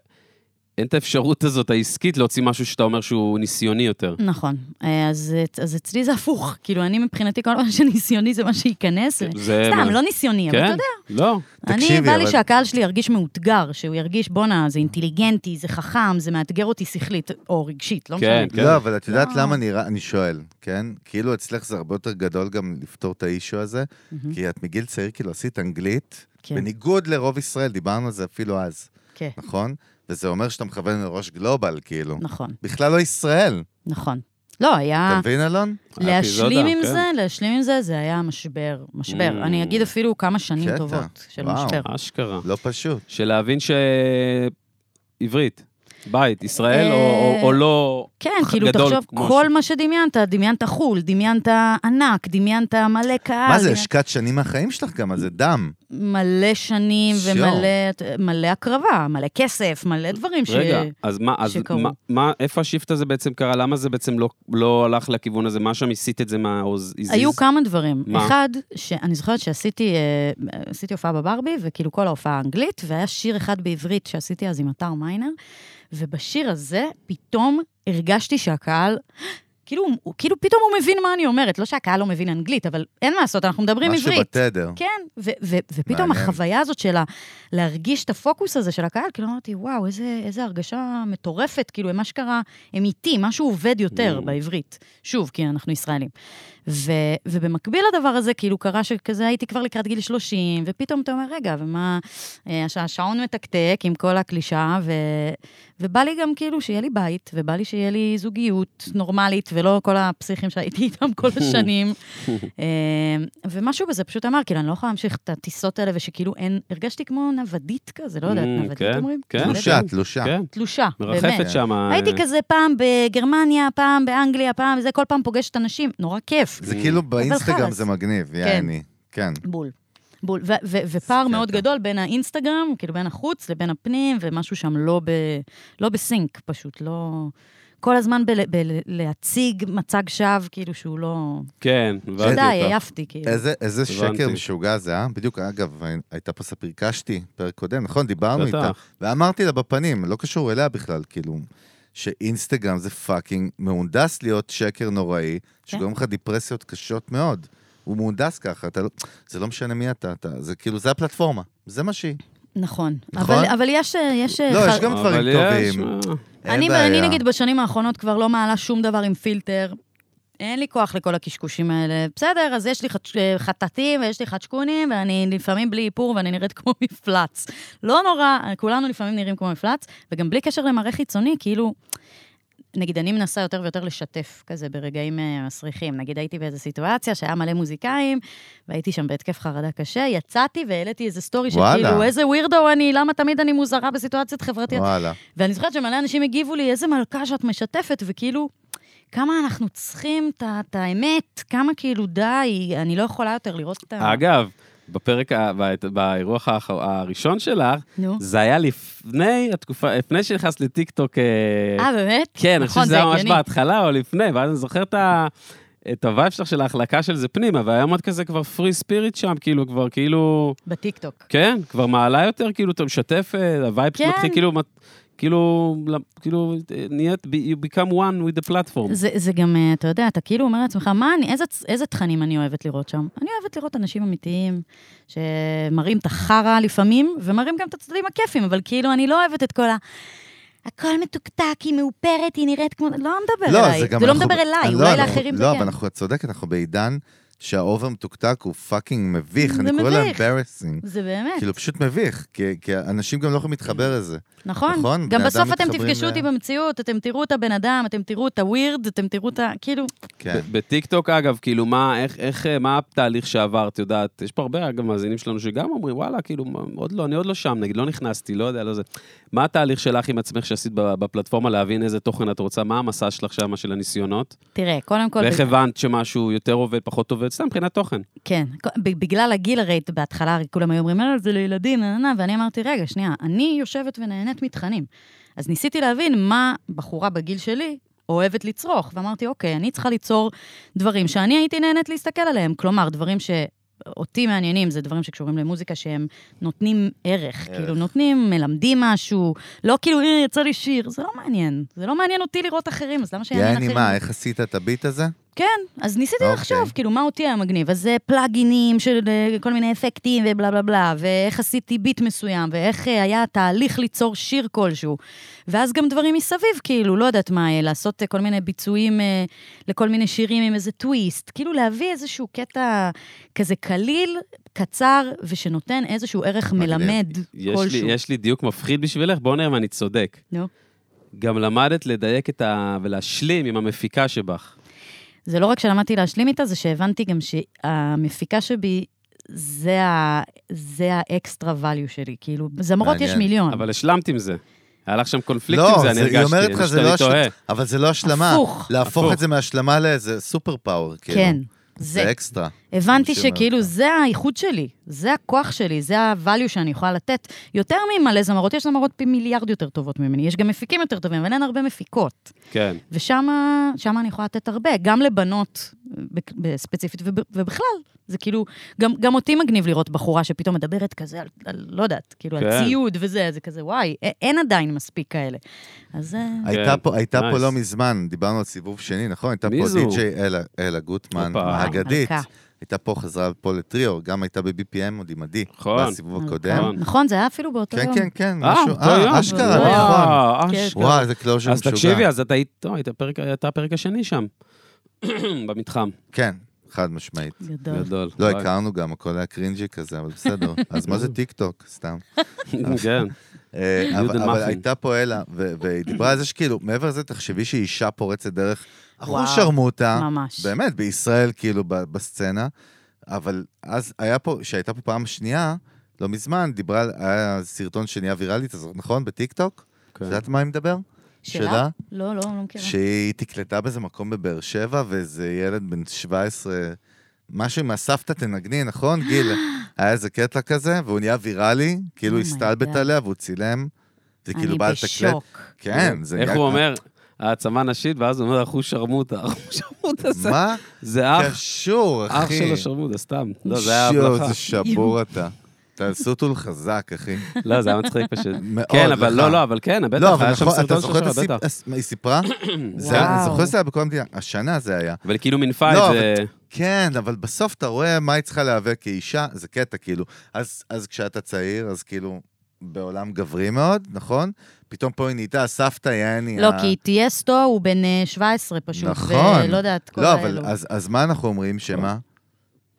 אין את האפשרות הזאת העסקית להוציא משהו שאתה אומר שהוא ניסיוני יותר.
נכון. אה, אז, אז אצלי זה הפוך. כאילו, אני מבחינתי, כל מה שניסיוני זה מה שייכנס.
זה...
סתם, לא ניסיוני, אבל אתה יודע,
לא.
תקשיבי,
אני, בא לי
אבל-
שהקהל שלי ירגיש מאותגר, שהוא ירגיש, בואנה, זה אינטליגנטי, זה חכם, זה מאתגר אותי שכלית, או רגשית, לא
כן,
משנה.
כן.
לא, אבל את יודעת
לא.
למה נראה, אני שואל, כן? כאילו אצלך זה הרבה יותר גדול גם לפתור את האישו הזה,
מהמם.
כי את מגיל צעיר כאילו עשית אנגלית,
Mm. כן.
בניגוד לרוב ישראל, דיברנו על זה אפילו אז,
כן,
נכון? וזה אומר שאתה מכוון לראש גלובל, כאילו.
נכון,
בכלל לא ישראל.
נכון. לא,
אתה
היה...
מבין, אלון?
להשלים
האפיזודה,
עם
כן.
זה, להשלים עם זה, זה היה משבר, משבר.
Mm.
אני אגיד אפילו כמה שנים
קטע.
טובות של
וואו.
משבר.
אשכרה.
לא פשוט.
של להבין ש... עברית. בית, ישראל או-
אה.
או- או לא...
כן, כאילו,
גדול
תחשוב,
כמו
כל
ש-
מה שדמיינת, דמיינת חו"ל, דמיינת ענק, דמיינת מלא קהל.
מה זה,
דמיינת-
השקעת שנים מהחיים שלך גם על זה, דם.
מלא שנים
שיו.
ומלא מלא הקרבה, מלא כסף, מלא דברים ש...
רגע, אז מה, אז
שקרו.
מה- מה, איפה השיפט הזה בעצם קרה? למה זה בעצם לא- לא הלך לכיוון הזה? מה שם הסיט את זה מה... או ז- הזיז?
היו כמה דברים.
מה?
אחד, שאני זוכרת שעשיתי אה, עשיתי הופעה בברבי, וכאילו כל ההופעה אנגלית, והיה שיר אחד בעברית שעשיתי אז עם אתר מיינר, ובשיר הזה פתאום הרגשתי שהקהל... כאילו, הוא- כאילו פתאום הוא מבין מה אני אומרת. לא שהקהל לא מבין אנגלית, אבל אין מה לעשות, אנחנו מדברים
משהו
עברית.
בתדר.
כן, ו- ו- ופתאום
מעניין.
החוויה הזאת של ה- להרגיש את הפוקוס הזה של הקהל, כאילו אמרתי, וואו, איזה, איזה הרגשה מטורפת, כאילו, הם אשכרה, הם איתי, משהו עובד יותר
Mm.
בעברית. שוב, כי אנחנו ישראלים. ו- ובמקביל לדבר הזה, כאילו, קרה שכזה הייתי כבר לקראת גיל 30, ופתאום אתה אומר, רגע, ומה... אה, הש- השעון מתקתק עם כל הקלישאה, ו... ובא לי גם כאילו שיהיה לי בית, ובא לי שיהיה לי זוגיות נורמלית, ולא כל הפסיכים שהייתי איתם כל השנים. אה, ומשהו בזה פשוט אמר, כאילו, אני לא יכולה להמשיך את הטיסות האלה, ושכאילו אין, הרגשתי כמו נוודית כזה, לא יודעת,
Mm,
נוודית
כן,
אומרים?
כן.
נוודית?
תלושה, תלושה.
כן,
תלושה, באמת.
מרחפת שם.
הייתי כזה פעם בגרמניה, פעם באנגליה, פעם זה, כל פעם פוגשת אנשים, נורא כיף.
זה כאילו באינסטגרם
חלאס.
זה מגניב, יעני. כן.
בול. בול. ו- ו- ופער
זה
מאוד
קטע.
גדול בין האינסטגרם, כאילו בין החוץ לבין הפנים, ומשהו שם לא, ב- לא בסינק, פשוט לא... כל הזמן בלהציג מצג שווא, כאילו שהוא לא...
כן, הבנתי
די,
אותך.
העפתי, כאילו.
איזה, איזה שקר
הבנתי.
משוגע זה, אה? בדיוק, אגב, הייתה פה ספיר קשתי, פרק קודם, נכון? דיברנו
בטח.
איתה. ואמרתי לה בפנים, לא קשור אליה בכלל, כאילו, שאינסטגרם זה פאקינג מהונדס להיות שקר נוראי,
כן.
שגורם לך דיפרסיות קשות מאוד. הוא מהונדס ככה, אתה, לא- זה לא משנה מי אתה, אתה, זה כאילו, זה הפלטפורמה, זה מה שהיא.
נכון.
נכון?
אבל, אבל יש... אה, יש
לא, יש גם
אבל
דברים
יש,
טובים.
מה?
אין
אני,
בעיה.
אני נגיד בשנים האחרונות כבר לא מעלה שום דבר עם פילטר. אין לי כוח לכל הקשקושים האלה. בסדר, אז יש לי חצ... אה, חטטים ויש לי חדשקונים, ואני לפעמים בלי איפור ואני נראית כמו מפלץ. לא נורא, כולנו לפעמים נראים כמו מפלץ, וגם בלי קשר למראה חיצוני, כאילו... נגיד, אני מנסה יותר ויותר לשתף כזה ברגעים אה, מסריחים. נגיד, הייתי באיזו סיטואציה שהיה מלא מוזיקאים, והייתי שם בהתקף חרדה קשה, יצאתי והעליתי איזה סטורי
וואלה.
שכאילו, איזה ווירדו אני, למה תמיד אני מוזרה בסיטואציות חברתיות?
וואלה.
ואני זוכרת שמלא אנשים הגיבו לי, איזה מלכה שאת משתפת, וכאילו, כמה אנחנו צריכים את ה- את האמת, כמה כאילו די, אני לא יכולה יותר לראות את ה...
אה, אגב, בפרק, ה- בא- באירוח האח- הראשון שלך,
נו.
זה היה לפני התקופה, לפני שנכנסת לטיקטוק. אה,
אה, באמת?
כן, אני חושב
נכון,
שזה
זה
היה ממש
הגיוני.
בהתחלה או לפני, ואז אני זוכר את ה... את הווייב שלך של ההחלקה של זה פנימה, והיום את כזה כבר פרי ספיריט שם, כאילו, כבר כאילו...
בטיקטוק.
כן, כבר מעלה יותר, כאילו, אתה משתף, אה, הווייב
כן.
מתחיל, כאילו, מת- כאילו, ל- כאילו, אה, נהיית, ב- you become one with the platform.
זה, זה גם, אה, אתה יודע, אתה כאילו אומר לעצמך, מה אני, איזה, צ- איזה תכנים אני אוהבת לראות שם? אני אוהבת לראות אנשים אמיתיים, שמראים את החרא לפעמים, ומראים גם את הצדדים הכיפים, אבל כאילו, אני לא אוהבת את כל ה... הכל מתוקתק, היא מאופרת, היא נראית כמו... לא מדבר אליי. לא
אנחנו-
מדבר אליי,
לא,
אולי
אנחנו-
לאחרים זה
לא,
כן.
אבל אנחנו, את צודקת, אנחנו בעידן שהאובר מתוקתק הוא פאקינג מביך,
זה
אני קורא לו
מביך.
embarrassing.
זה באמת.
כאילו, פשוט מביך, כי- כי אנשים גם לא יכולים להתחבר לזה.
נכון?
נכון,
גם
בני אדם
בסוף אתם
מתחברים
תפגשו
ל-
אותי במציאות, אתם תראו את הבן אדם, אתם תראו את הווירד, אתם תראו את ה... כאילו,
כן.
ב- בטיקטוק, אגב, כאילו, מה, איך, איך, אה, מה התהליך שעברת, יודעת? יש פה הרבה, אגב, מאזינים שלנו שגם אומרים, וואלה, כאילו, מה, עוד לא, אני עוד לא שם, נגיד, לא נכנסתי, לא יודע, לא זה. מה התהליך שלך עם עצמך שעשית ב- בפלטפורמה להבין איזה תוכן את רוצה? מה המסע שלך שם, של הניסיונות?
תראה, קודם כל...
ואיך הבנת שמשהו יותר עובד, פחות עובד? סתם, מבחינת תוכן.
כן, ב- בגלל הגיל הרי בהתחלה הרי כולם היו אומרים, "אה, זה לילדים, נה, נה, נה", ואני אמרתי, רגע, שנייה, אני יושבת ונהנית מתכנים. אז ניסיתי להבין מה בחורה בגיל שלי אוהבת לצרוך, ואמרתי, אוקיי, אני צריכה ליצור דברים שאני הייתי נהנית להסתכל עליהם, כלומר, דברים ש... אותי מעניינים, זה דברים שקשורים למוזיקה שהם נותנים ערך,
ערך.
כאילו נותנים, מלמדים משהו, לא כאילו, אה, יצא לי שיר, זה לא מעניין, זה לא מעניין אותי לראות אחרים, אז למה שיעניין
יעני,
אחרים?
מה, איך עשית את הביט הזה?
כן, אז ניסיתי
אוקיי.
לחשוב, כאילו, מה אותי היה מגניב? אז זה פלאגינים של אה, כל מיני אפקטים ובלה בלה בלה, ואיך עשיתי ביט מסוים, ואיך אה, היה תהליך ליצור שיר כלשהו. ואז גם דברים מסביב, כאילו, לא יודעת מה, אה, לעשות אה, כל מיני ביצועים אה, לכל מיני שירים עם איזה טוויסט. כאילו, להביא איזשהו קטע כזה קליל, קצר, ושנותן איזשהו ערך
מגניב.
מלמד
יש לי,
כלשהו.
יש לי דיוק מפחיד בשבילך, בואו נראה אם אני צודק.
נו.
גם למדת לדייק את ה... ולהשלים עם המפיקה שבך.
זה לא רק שלמדתי להשלים איתה, זה שהבנתי גם שהמפיקה שבי, זה, ה, זה האקסטרה value שלי, כאילו, זמרות יש
מעניין.
מיליון.
אבל השלמת עם זה. היה לך שם קונפליקט עם זה, אני הרגשתי.
היא אומרת לך,
אני
לא, זה
שאני
לא השל-
טועה.
אבל זה לא השלמה.
הפוך.
להפוך
הפוך.
את זה מהשלמה לאיזה סופר פאוור, כאילו.
כן,
זה
זה.
אקסטרה.
הבנתי
אני שומע
שכאילו
אותך.
זה האיכות שלי, זה הכוח שלי, זה ה-value שאני יכולה לתת. יותר ממלא זמרות, יש זמרות פי מיליארד יותר טובות ממני, יש גם מפיקים יותר טובים, אבל אין הרבה מפיקות.
כן.
ושם שמה אני יכולה לתת הרבה, גם לבנות בק- בספציפית וב- ובכלל. זה כאילו, גם, גם אותי מגניב לראות בחורה שפתאום מדברת כזה על, על לא יודעת, כאילו
כן.
על ציוד וזה, זה כזה, וואי, א- אין עדיין מספיק כאלה. אז אה, זה...
הייתה פה- הייתה פה
כן, nice.
לא מזמן, דיברנו על סיבוב שני, נכון? הייתה
מי
פה
זו?
די.ג'יי אלה- אלה גוטמן,
הופה. וואי,
האגדית.
מלכה.
הייתה פה, חזרה פה לטריו, גם הייתה ב-BPM עוד עם עדי.
נכון.
בסיבוב הקודם.
נכון.
נכון, זה היה אפילו באותו
כן,
יום.
כן, כן,
אה,
משהו,
אותו יום.
אה, אשכרה,
וואו.
נכון.
אה,
כן.
אשכרה.
וואי, איזה קלוז'ר משוגע.
אז תקשיבי, אז אתה היית, לא, היית הפרק, אתה הפרק השני שם, במתחם.
כן, חד משמעית.
גדול.
גדול.
לא הכרנו גם, הכל היה קרינג'י כזה, אבל בסדר. אז מה זה טיק טוק? סתם.
כן.
אה, אבל
יודן
אבל
מאכן.
הייתה פה אלה, ו- והיא דיברה על זה שכאילו, מעבר לזה, תחשבי שהיא אישה פורצת דרך. אחוז
וואו,
שרמוטה.
ממש.
באמת, בישראל, כאילו, ב- בסצנה. אבל אז היה פה, שהייתה פה פעם שנייה, לא מזמן, דיברה, על- היה סרטון שנהיה ויראלית, אז נכון? בטיקטוק? את
כן.
יודעת מה היא מדבר?
שלה? לא, לא, לא מכירה.
שהיא תקלטה באיזה מקום בבאר שבע, ואיזה ילד בן 17, משהו עם הסבתא תנגני, נכון, גיל? היה איזה קטע כזה, והוא נהיה ויראלי, כאילו
Oh my
הסתלבט
God.
עליה, והוא צילם. זה כאילו
אני
בא לתקלט.
בשוק.
כן, זה
איך
נהיה-
הוא אומר? העצמה נשית, ואז הוא אומר, אחוש שרמוטה. אחוש שרמוטה זה...
מה
זה אח,
קשור,
אח
אחי?
שלו שרמוטה, סתם. לא, זה היה
שיו,
הבלחה.
זה שבור אתה. אתה סוטול חזק, אחי.
לא, זה היה מצחיק פשוט.
מאוד
כן, אבל
לך.
לא, לא, אבל כן, בטח,
לא, אבל
היה שם
נכון, אתה
סרטון
זוכר את
שלו,
הסיפ...
בטח.
הס- היא סיפרה? זה היה- אני
וואו.
זוכר שזה היה בכל המדינה. השנה זה היה.
אבל היא כאילו מינפה
לא,
את זה.
כן, אבל בסוף אתה רואה מה היא צריכה להיאבק כאישה, זה קטע, כאילו. אז, אז כשאתה צעיר, אז כאילו, בעולם גברי מאוד, נכון? פתאום פה היא נהייתה הסבתא, יעני.
לא,
ה-
כי טייסטו הוא בן אה, 17 פשוט.
נכון.
ולא יודעת, כל
לא,
האלו.
אבל אז, אז מה אנחנו אומרים, שמה?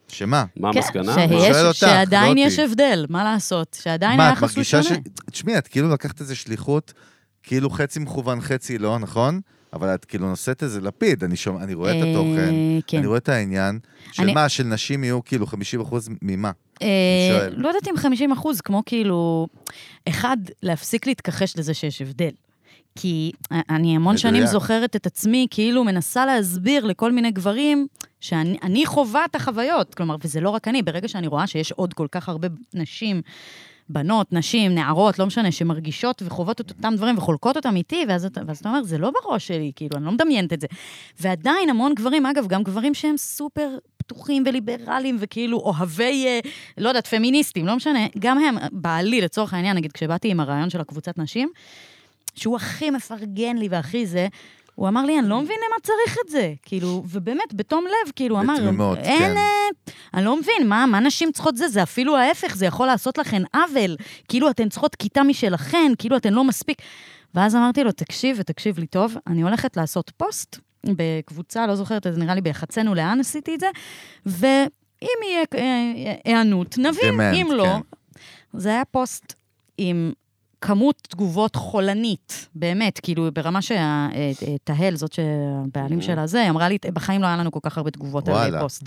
שמה?
מה
כן,
המסקנה?
אני
שיש-
שואל אותך,
שעדיין
לא
יש
אותי.
הבדל, מה לעשות? שעדיין
מה, את
היחס הוא
מרגישה
שונה.
ש... תשמעי, את כאילו לקחת איזה שליחות, כאילו חצי מכוון, חצי לא, נכון? אבל את כאילו נושאת איזה לפיד, אני, שומע, אני רואה את
אה,
התוכן,
כן.
אני רואה את העניין, של
אני-
מה, של נשים יהיו כאילו 50% ממה?
אה,
שואל.
לא יודעת אם 50 אחוז, כמו כאילו... אחד, להפסיק להתכחש לזה שיש הבדל. כי אה, אני המון שנים
מדויק.
זוכרת את עצמי, כאילו מנסה להסביר לכל מיני גברים שאני אני חווה את החוויות. כלומר, וזה לא רק אני, ברגע שאני רואה שיש עוד כל כך הרבה נשים, בנות, נשים, נערות, לא משנה, שמרגישות וחוות את אותם דברים וחולקות אותם איתי, ואז אתה, ואז אתה אומר, זה לא בראש שלי, כאילו, אני לא מדמיינת את זה. ועדיין המון גברים, אגב, גם גברים שהם סופר פתוחים וליברליים וכאילו אוהבי, אה, לא יודעת, פמיניסטים, לא משנה, גם הם, בעלי, לצורך העניין, נגיד, כשבאתי עם הרעיון של הקבוצת נשים, שהוא הכי מפרגן לי והכי זה, הוא אמר לי, אני לא מבין למה צריך את זה. כאילו, ובאמת, בתום לב, כאילו, הוא אמר,
בתמימות,
אין,
כן.
אה, אני לא מבין, מה, מה נשים צריכות זה? זה אפילו ההפך, זה יכול לעשות לכן עוול. כאילו, אתן צריכות כיתה משלכן, כאילו, אתן לא מספיק. ואז אמרתי לו, תקשיב ותקשיב לי טוב, אני הולכת לעשות פוסט בקבוצה, לא זוכרת, אז נראה לי בחצנו לאן עשיתי את זה, ואם יהיה אה, היענות, נבין,
Demand,
אם לא...
כן.
זה היה פוסט עם כמות תגובות חולנית, באמת, כאילו, ברמה שהתהל, זאת שהבעלים שלה זה, היא אמרה לי, בחיים לא היה לנו כל כך הרבה תגובות על
כן. וואלה.
אה, פוסט.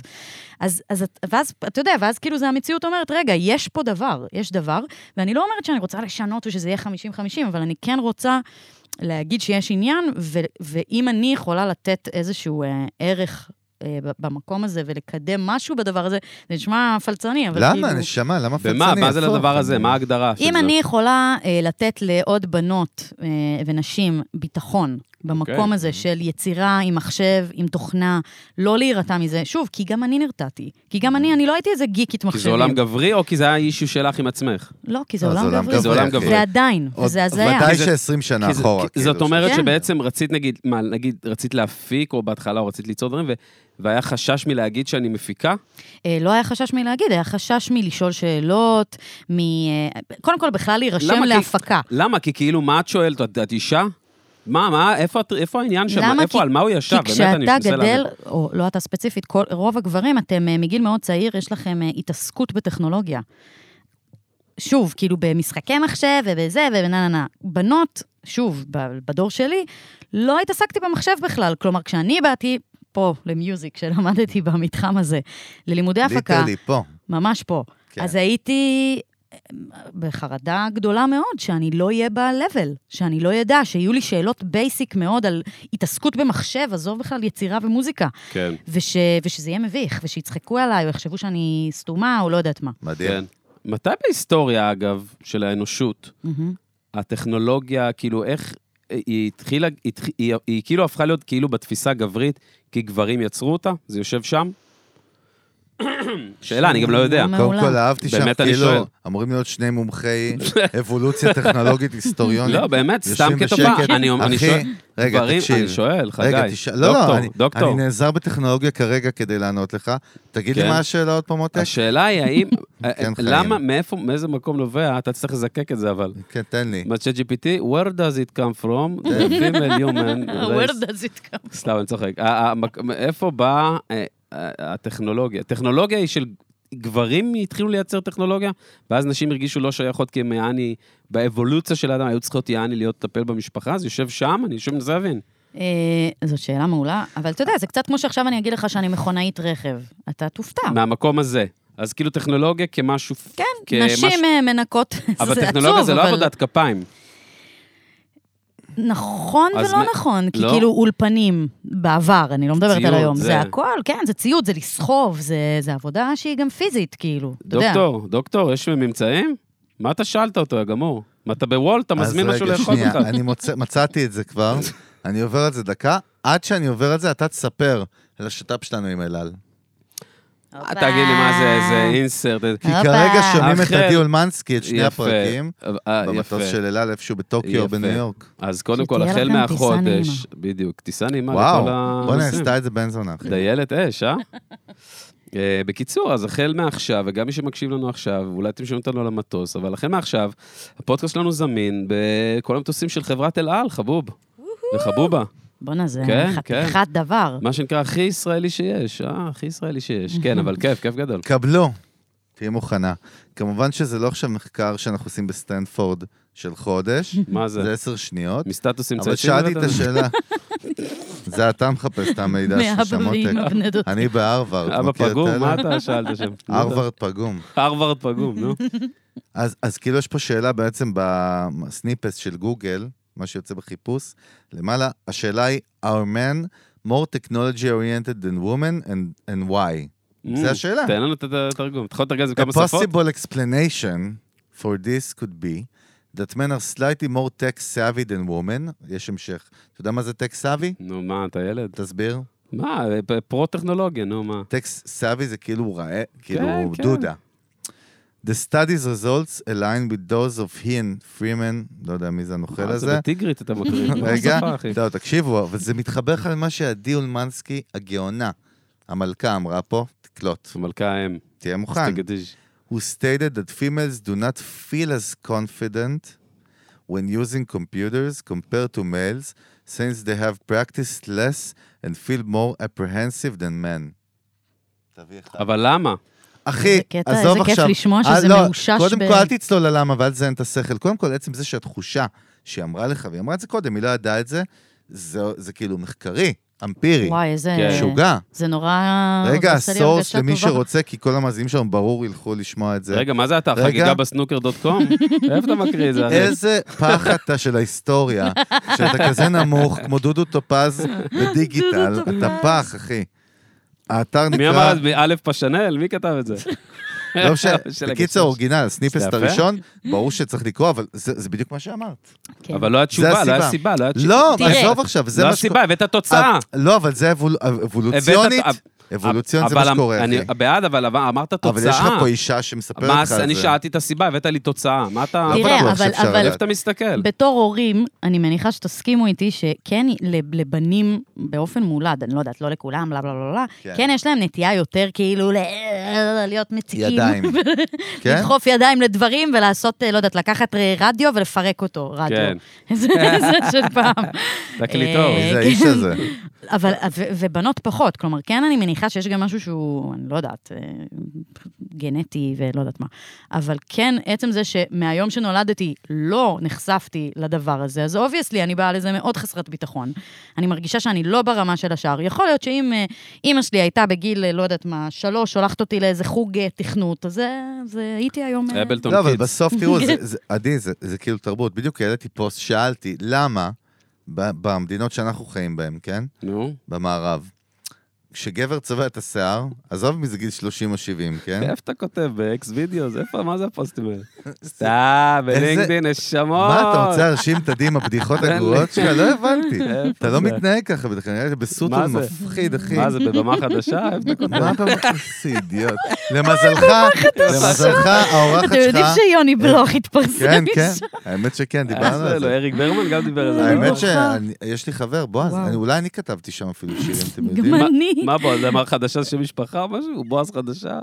אז, אז את- ואז, אתה יודע, ואז כאילו זה המציאות אומרת, רגע, יש פה דבר, יש דבר, ואני לא אומרת שאני רוצה לשנות ושזה יהיה 50-50, אבל אני כן רוצה להגיד שיש עניין, ו, ואם אני יכולה לתת איזשהו אה, ערך... אה, ב- במקום הזה ולקדם משהו בדבר הזה, זה נשמע פלצני, אבל כאילו...
למה, נשמה? למה פלצני?
ומה, מה זה
הפוך.
לדבר הזה? מה ההגדרה? של
אם
זה?
אני יכולה אה, לתת לעוד בנות אה, ונשים ביטחון במקום
אוקיי.
הזה של יצירה עם מחשב, עם תוכנה, לא להירתע מזה, שוב, כי גם אני נרתעתי. כי גם אני, אני לא הייתי איזה גיקית
Mm-hmm. כי
מחשבים.
זה עולם גברי, או כי זה היה אישיו שלך עם עצמך?
לא, כי זה
לא,
עולם גברי.
זה עולם
אחי.
גברי.
זה עדיין,
עוד-
זה הזיה.
ודאי
כי זה-
ש-20 שנה
כי זה-
אחורה.
כי-
כאילו,
זאת אומרת
כן.
שבעצם רצית, נגיד, מה, נגיד, רצית להפיק, או בהתחלה, או רצית ליצור דברים, ו- והיה חשש מלהגיד שאני מפיקה?
אה, לא היה חשש מלהגיד, היה חשש מלשאול שאלות, מ... אה, קודם כל, בכלל להירשם
למה? כי-
להפקה.
למה? כי כאילו, מה את שואלת? את את אישה? מה, מה, איפה את- איפה העניין שם?
למה?
איפה,
כי-
על מה הוא ישב?
כי
באמת, אני
כשאתה
מנסה להבין.
גדל, או לא אתה ספציפית, כל, רוב הגברים, אתם אה, מגיל מאוד צעיר, יש לכם אה, התעסקות בטכנולוגיה. שוב, כאילו במשחקי מחשב ובזה ובנה נה נה. בנות, שוב, ב- בדור שלי, לא התעסקתי במחשב בכלל. כלומר, כשאני באתי פה למיוזיק, שלמדתי במתחם הזה, ללימודי הפקה,
ליטרלי פה.
ממש פה,
כן.
אז הייתי... בחרדה גדולה מאוד, שאני לא אהיה ב-level, שאני לא אדע, שיהיו לי שאלות בייסיק מאוד על התעסקות במחשב, עזוב בכלל יצירה ומוזיקה,
כן,
וש, ושזה יהיה מביך, ושיצחקו עליי, או יחשבו שאני סתומה, או לא יודעת מה.
מדהים.
כן. מתי בהיסטוריה, אגב, של האנושות,
מהמם.
הטכנולוגיה, כאילו, איך... היא התחילה, היא, התח- היא, היא כאילו הפכה להיות כאילו בתפיסה גברית, כי גברים יצרו אותה? זה יושב שם? שאלה, אני גם לא יודע.
מעולה.
קודם כל אהבתי שם,
באמת אני שואל.
כאילו, אמורים להיות שני מומחי אבולוציה טכנולוגית היסטוריונית.
לא, באמת, סתם
יושבים
כתופעה.
בשקט.
אני, אני
אחי,
שואל,
רגע,
דברים,
תקשיב.
אני שואל, חגי.
רגע, תשאל, לא,
דוקטור,
לא, אני-
דוקטור.
אני נעזר בטכנולוגיה כרגע כדי לענות לך. תגיד
כן.
לי מה השאלה עוד פעם, מותק?
השאלה היא האם,
כן,
אה,
חיים.
למה, מאיפה, מאיזה מקום נובע, אתה תצטרך לזקק את זה אבל.
כן, תן לי.
מה צ'אט GPT, where does it come from? The female
אה,
human
לא
Where
race.
does it come?
סתם, אני צוחק. ה- המק- מאיפה באה אה, אה, הטכנולוגיה? הטכנולוגיה היא של גברים התחילו לייצר טכנולוגיה, ואז נשים הרגישו לא שייכות כי הם יעני, באבולוציה של האדם היו צריכות יעני להיות לטפל במשפחה, אז יושב שם, אני שוב מנסה להבין.
אה, זאת שאלה מעולה, אבל אתה יודע, זה קצת כמו שעכשיו אני אגיד לך שאני מכונאית רכב. אתה תופתע.
מהמקום הזה. אז כאילו טכנולוגיה כמשהו...
אה. כן,
כמשהו-
נשים אה, מנקות, זה עצוב,
אבל טכנולוגיה זה לא עבודת כפיים.
נכון
אז
ולא
מ-
נכון, כי
לא?
כאילו אולפנים בעבר, אני לא מדברת
ציוד,
על היום.
זה.
זה הכל, כן, זה ציוד, זה לסחוב, זה- זה עבודה שהיא גם פיזית, כאילו, אתה יודע.
דוקטור, דוקטור, יש ממצאים? מה אתה שאלת אותו, יא גמור? מה אתה בוולט, אתה מזמין משהו לאכול
אז רגע,
בכלל.
שנייה, אני מוצא- מצאתי את זה כבר, אני עובר את זה דקה. עד שאני עובר את זה, אתה תספר על השת"פ שלנו עם אלעל.
אה, תגיד לי מה זה, איזה
אה.
אינסרט. איזה-
כי
הופה.
כרגע שומעים את
אחר.
עדי אולמנסקי, את שני
יפה.
הפרקים,
אה,
במטוס
יפה.
של אלעל איפשהו בטוקיו
יפה.
או בניו יורק.
אז קודם כל,
שתהיה
החל
לכם טיסה
מהחודש, בדיוק, טיסה נעימה
וואו,
אה, לכל ה...
בוא'נה, עשתה את זה בן זונה, אחי.
דיילת אש, אה? אה, בקיצור, אז החל מעכשיו, וגם מי שמקשיב לנו עכשיו, אולי אתם שומעים אותנו על המטוס, אבל החל מעכשיו, הפודקאסט שלנו זמין בכל המטוסים של חברת אל על, חבוב. וחבובה.
בואנה, זה
כן,
חתיכת דבר.
מה שנקרא הכי ישראלי שיש, אה, הכי ישראלי שיש. כן, אבל כיף, כיף גדול.
קבלו, תהיה מוכנה. כמובן שזה לא עכשיו מחקר שאנחנו עושים בסטנפורד של חודש,
מה זה?
זה עשר שניות,
מסטטוסים
אבל
צייצים?
שאלתי את
הבאת?
השאלה. זה אתה מחפש את המידע ששם,
מאבא
מותק.
ואימא בני דוד.
אני בהרווארד,
אבא
מכיר את
פגום?
אלה?
מה אתה שאלת שם?
הרווארד פגום.
הרווארד פגום, נו.
אז, אז כאילו יש פה שאלה בעצם בסניפס של גוגל, מה שיוצא בחיפוש, למעלה, השאלה היא, are men more technology oriented than women and, and why? זה השאלה.
Mm. תן לנו את התרגום. אתה יכול לתרגם את זה
A
בכמה שפות?
possible explanation for this could be that men are slightly more tech savvy than women. יש המשך. אתה יודע מה זה tech savvy?
נו, מה, אתה ילד?
תסביר.
מה, פרו-טכנולוגיה, נו, מה?
טקסט סאבי זה כאילו ראה, כאילו
כן.
דודה. The study's results align with those of he and Freeman, לא יודע מי זה הנוכל
אה,
הזה.
זה בטיגרית אתה מקריא.
רגע,
בשפה, אחי.
לא, תקשיבו, אבל זה מתחבר לך למה שעדי אולמנסקי, הגאונה, המלכה אמרה פה, תקלוט,
המלכה האם.
תהיה מוכן.
סטגדיש.
who stated that females do not feel as confident when using computers compared to males, since they have practiced less and feel more apprehensive than men.
אבל למה?
אחי,
איזה קטע,
עזוב
איזה כיף
עכשיו.
לשמוע
אה,
שזה
לא,
מאושש
קודם
ב-
כל, אל תצלול ללמה ואל תזיין את השכל. קודם כל, עצם זה שהתחושה שהיא אמרה לך, והיא אמרה את זה קודם, היא לא ידעה את זה, זה, זה כאילו מחקרי, אמפירי,
וואי, איזה...
כן.
משוגע.
זה נורא...
רגע,
עושה לי
הסורס
הרגשה
למי
טובה.
שרוצה, כי כל המאזינים שלנו ברור ילכו לשמוע את זה.
רגע, מה זה אתה?
רגע.
חגיגה בסנוקר דוט קום? איפה אתה מקריא את זה? אחי?
איזה פח אתה של ההיסטוריה, שאתה כזה נמוך, כמו דודו טופז בדיגיטל,
דודו
אתה
טופז.
פח, אחי. האתר
מי אמר
נקרא,
את זה? א' פשנל? מי כתב את זה?
לא משנה,
של
בקיצור,
הגשש.
אורגינל, סניפסט
יפה.
הראשון, ברור שצריך לקרוא, אבל זה זה בדיוק מה שאמרת.
כן.
אבל לא היה
זה
תשובה, לא היה
הסיבה.
סיבה, לא היה תשובה.
לא,
תראה.
עזוב עכשיו, זה
לא
מה שקורה.
הסיבה, הבאת תוצאה.
לא, אבל זה אבול- אבולוציונית,
הבאת-
אבולוציונית זה
אבל
מה שקורה,
אני
אחי.
בעד, אבל אמרת תוצאה.
אבל יש לך פה אישה שמספרת
מה,
לך על זה.
אני שאלתי את הסיבה, הבאת לי תוצאה. מה אתה...
לא
תראה,
בטוח
אבל-
שאפשר
אבל-
לדעת.
איפה אתה מסתכל?
בתור הורים, אני מניחה שתסכימו איתי שכן לב- לבנים באופן מולד, אני לא יודעת, לא לכולם, בלה בלה בלה, בלה,
כן.
כן יש להם נטייה יותר כאילו ל- להיות מציקים.
ידיים. כן?
לדחוף ידיים לדברים ולעשות, אה, לא יודעת, לקחת אה, רדיו ולפרק אותו, רדיו.
כן.
זה זה של פעם.
תקליטור.
אה,
מי זה האיש
כן.
הזה?
אבל, ו- ובנות פחות, כלומר, כן אני מניחה מניחה שיש גם משהו שהוא, אני לא יודעת, אה, גנטי ולא יודעת מה. אבל כן, עצם זה שמהיום שנולדתי לא נחשפתי לדבר הזה, אז אובייסלי, אני באה לזה מאוד חסרת ביטחון. אני מרגישה שאני לא ברמה של השאר. יכול להיות שאם אה, אימא שלי הייתה בגיל, אה, לא יודעת מה, שלוש, שולחת אותי לאיזה חוג אה, תכנות, אז אה, אז, אה, הייתי היום... אה,
אבלטון
לא, אבל
קידס.
בסוף, תראו, זה- זה- עדי, זה- זה כאילו תרבות. בדיוק העליתי פוסט, שאלתי, למה ב- במדינות שאנחנו חיים בהן, כן?
נו,
במערב, כשגבר צובע את השיער, עזוב מזה גיל 30 או 70, כן?
איפה אתה כותב? באקס וידאו? זה איפה? מה זה הפוסטים האלה? סתם,
איזה-
בלינקדאין, נשמות.
מה אתה רוצה להרשים את הדי עם הבדיחות
אין לי.
הגרועות שלך? לא הבנתי.
איפה
אתה לא
זה?
מתנהג ככה בדרך כלל, נראה לי בסוטול
מה זה?
מפחיד, אחי.
מה זה, בבמה חדשה? איפה אתה כותב?
מה אתה מכניס אידיוט? למזלך, למזלך, האורחת שלך... אה,
אתם יודעים שיוני בלוך התפרסם
כן, כן,
שם.
האמת שכן,
איך
דיברנו
זה
על
לא,
זה.
אריק ברמן גם דיבר על זה.
האמת
לא?
שיש לי חבר, בועז,
וואו.
אני- אולי אני כתבתי שם אפילו שירים, אתם יודעים?
גם אני.
מה בועז אמר חדשה של משפחה או משהו? הוא בועז חדשה?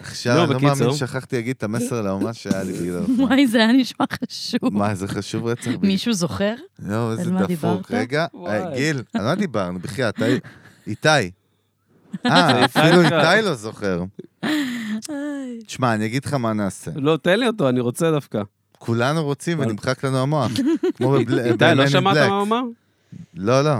עכשיו,
לא,
אני לא מאמין
בקיצור.
ששכחתי להגיד את המסר לאומה שהיה לי בגללך.
וואי, זה היה נשמע חשוב.
מה, זה חשוב רצח. בגלל-
מישהו זוכר?
לא, איזה
על מה
דפוק.
דיברת?
רגע,
וואי.
אה, גיל, על מה דיברנו? בחייאת, אה, איתי. אה, אפילו
איתי
איתי לא זוכר. תשמע, אני אגיד לך מה נעשה.
לא, תן לי אותו, אני רוצה דווקא.
כולנו רוצים
אבל-
ונמחק לנו המוח. כמו בבל-
איתי,
ב-Men
לא
in
שמעת
Black.
מה הוא אמר?
לא, לא.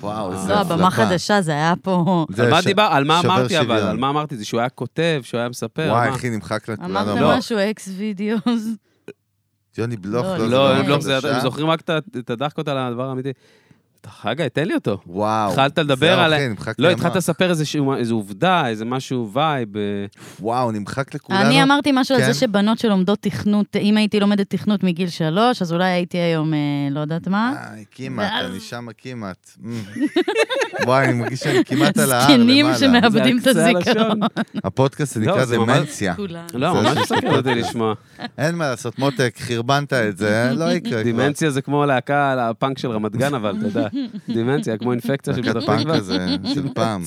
וואו,
לא,
איזה
לא, הבמה
הצלחה.
חדשה, זה היה פה...
זה
על מה
ש-
דיבר? על מה
שובר
אמרתי אבל?
שוויון.
על מה אמרתי? זה שהוא היה כותב, שהוא היה מספר?
וואי,
מה?
אחי, נמחק לכולנו
לא.
אמרת
המוח. משהו.
משהו אקס וידאוס.
יוני בלוך,
לא,
לא,
לא,
זה
הם לא, זה-
חדשה.
הם זוכרים רק את ה- את הדחקות על הדבר האמיתי. חגי, תן לי אותו.
וואו.
התחלת לדבר
זהו,
על-
אחי, נמחק
לא,
לי
התחלת
המוח.
לספר איזה שהוא- איזו עובדה, איזה משהו וייב. אה,
וואו, נמחק לכולנו.
אני אמרתי משהו על
כן.
זה שבנות שלומדות תכנות, אם הייתי לומדת תכנות מגיל שלוש, אז אולי הייתי היום, אה, לא יודעת מה.
איי, אה, כמעט,
ואז-
אני שמה כמעט. Mm. וואי, אני מרגיש שאני כמעט על ההר
זקנים
למעלה.
שמאב-
זה
מאבדים את
הקצה
הזיכרון.
הלשון.
הפודקאסט
לא,
נקרא
זה ממש-
דמנציה.
כולנו.
לא,
זה
ממש
זה
מסקר אותי לשמוע.
אין מה לעשות, מותק, חרבנת את זה, לא יקרה כבר.
דימנציה זה כמו הלהקה על הפאנק של רמת גן, אבל אתה יודע. דימנציה, כמו אינפקציה של פתח
להקת פאנק כזה, של פעם.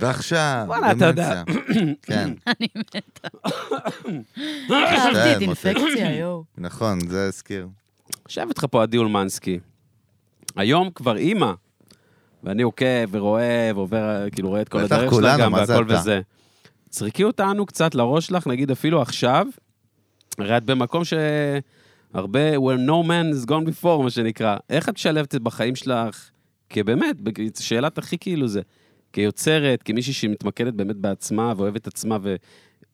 ועכשיו,
וואלה, אתה
דמנציה. כן,
אני מתה. אהבתי את
מותק.
אינפקציה, יואו.
נכון, זה הזכיר.
יושב איתך פה עדי אולמנסקי. היום כבר אימא, ואני עוקב ורואה ועובר, כאילו רואה את כל
בטח,
הדרך שלה
כולנו,
גם
מה זה
והכל
אתה?
וזה. צריקי אותנו קצת לראש שלך, נגיד אפילו עכשיו, הרי את במקום שהרבה, where no man is gone before, מה שנקרא. איך את משלבת את בחיים שלך, כבאמת, בג- שאלת הכי כאילו זה, כיוצרת, כמישהי שמתמקדת באמת בעצמה ואוהבת עצמה ו...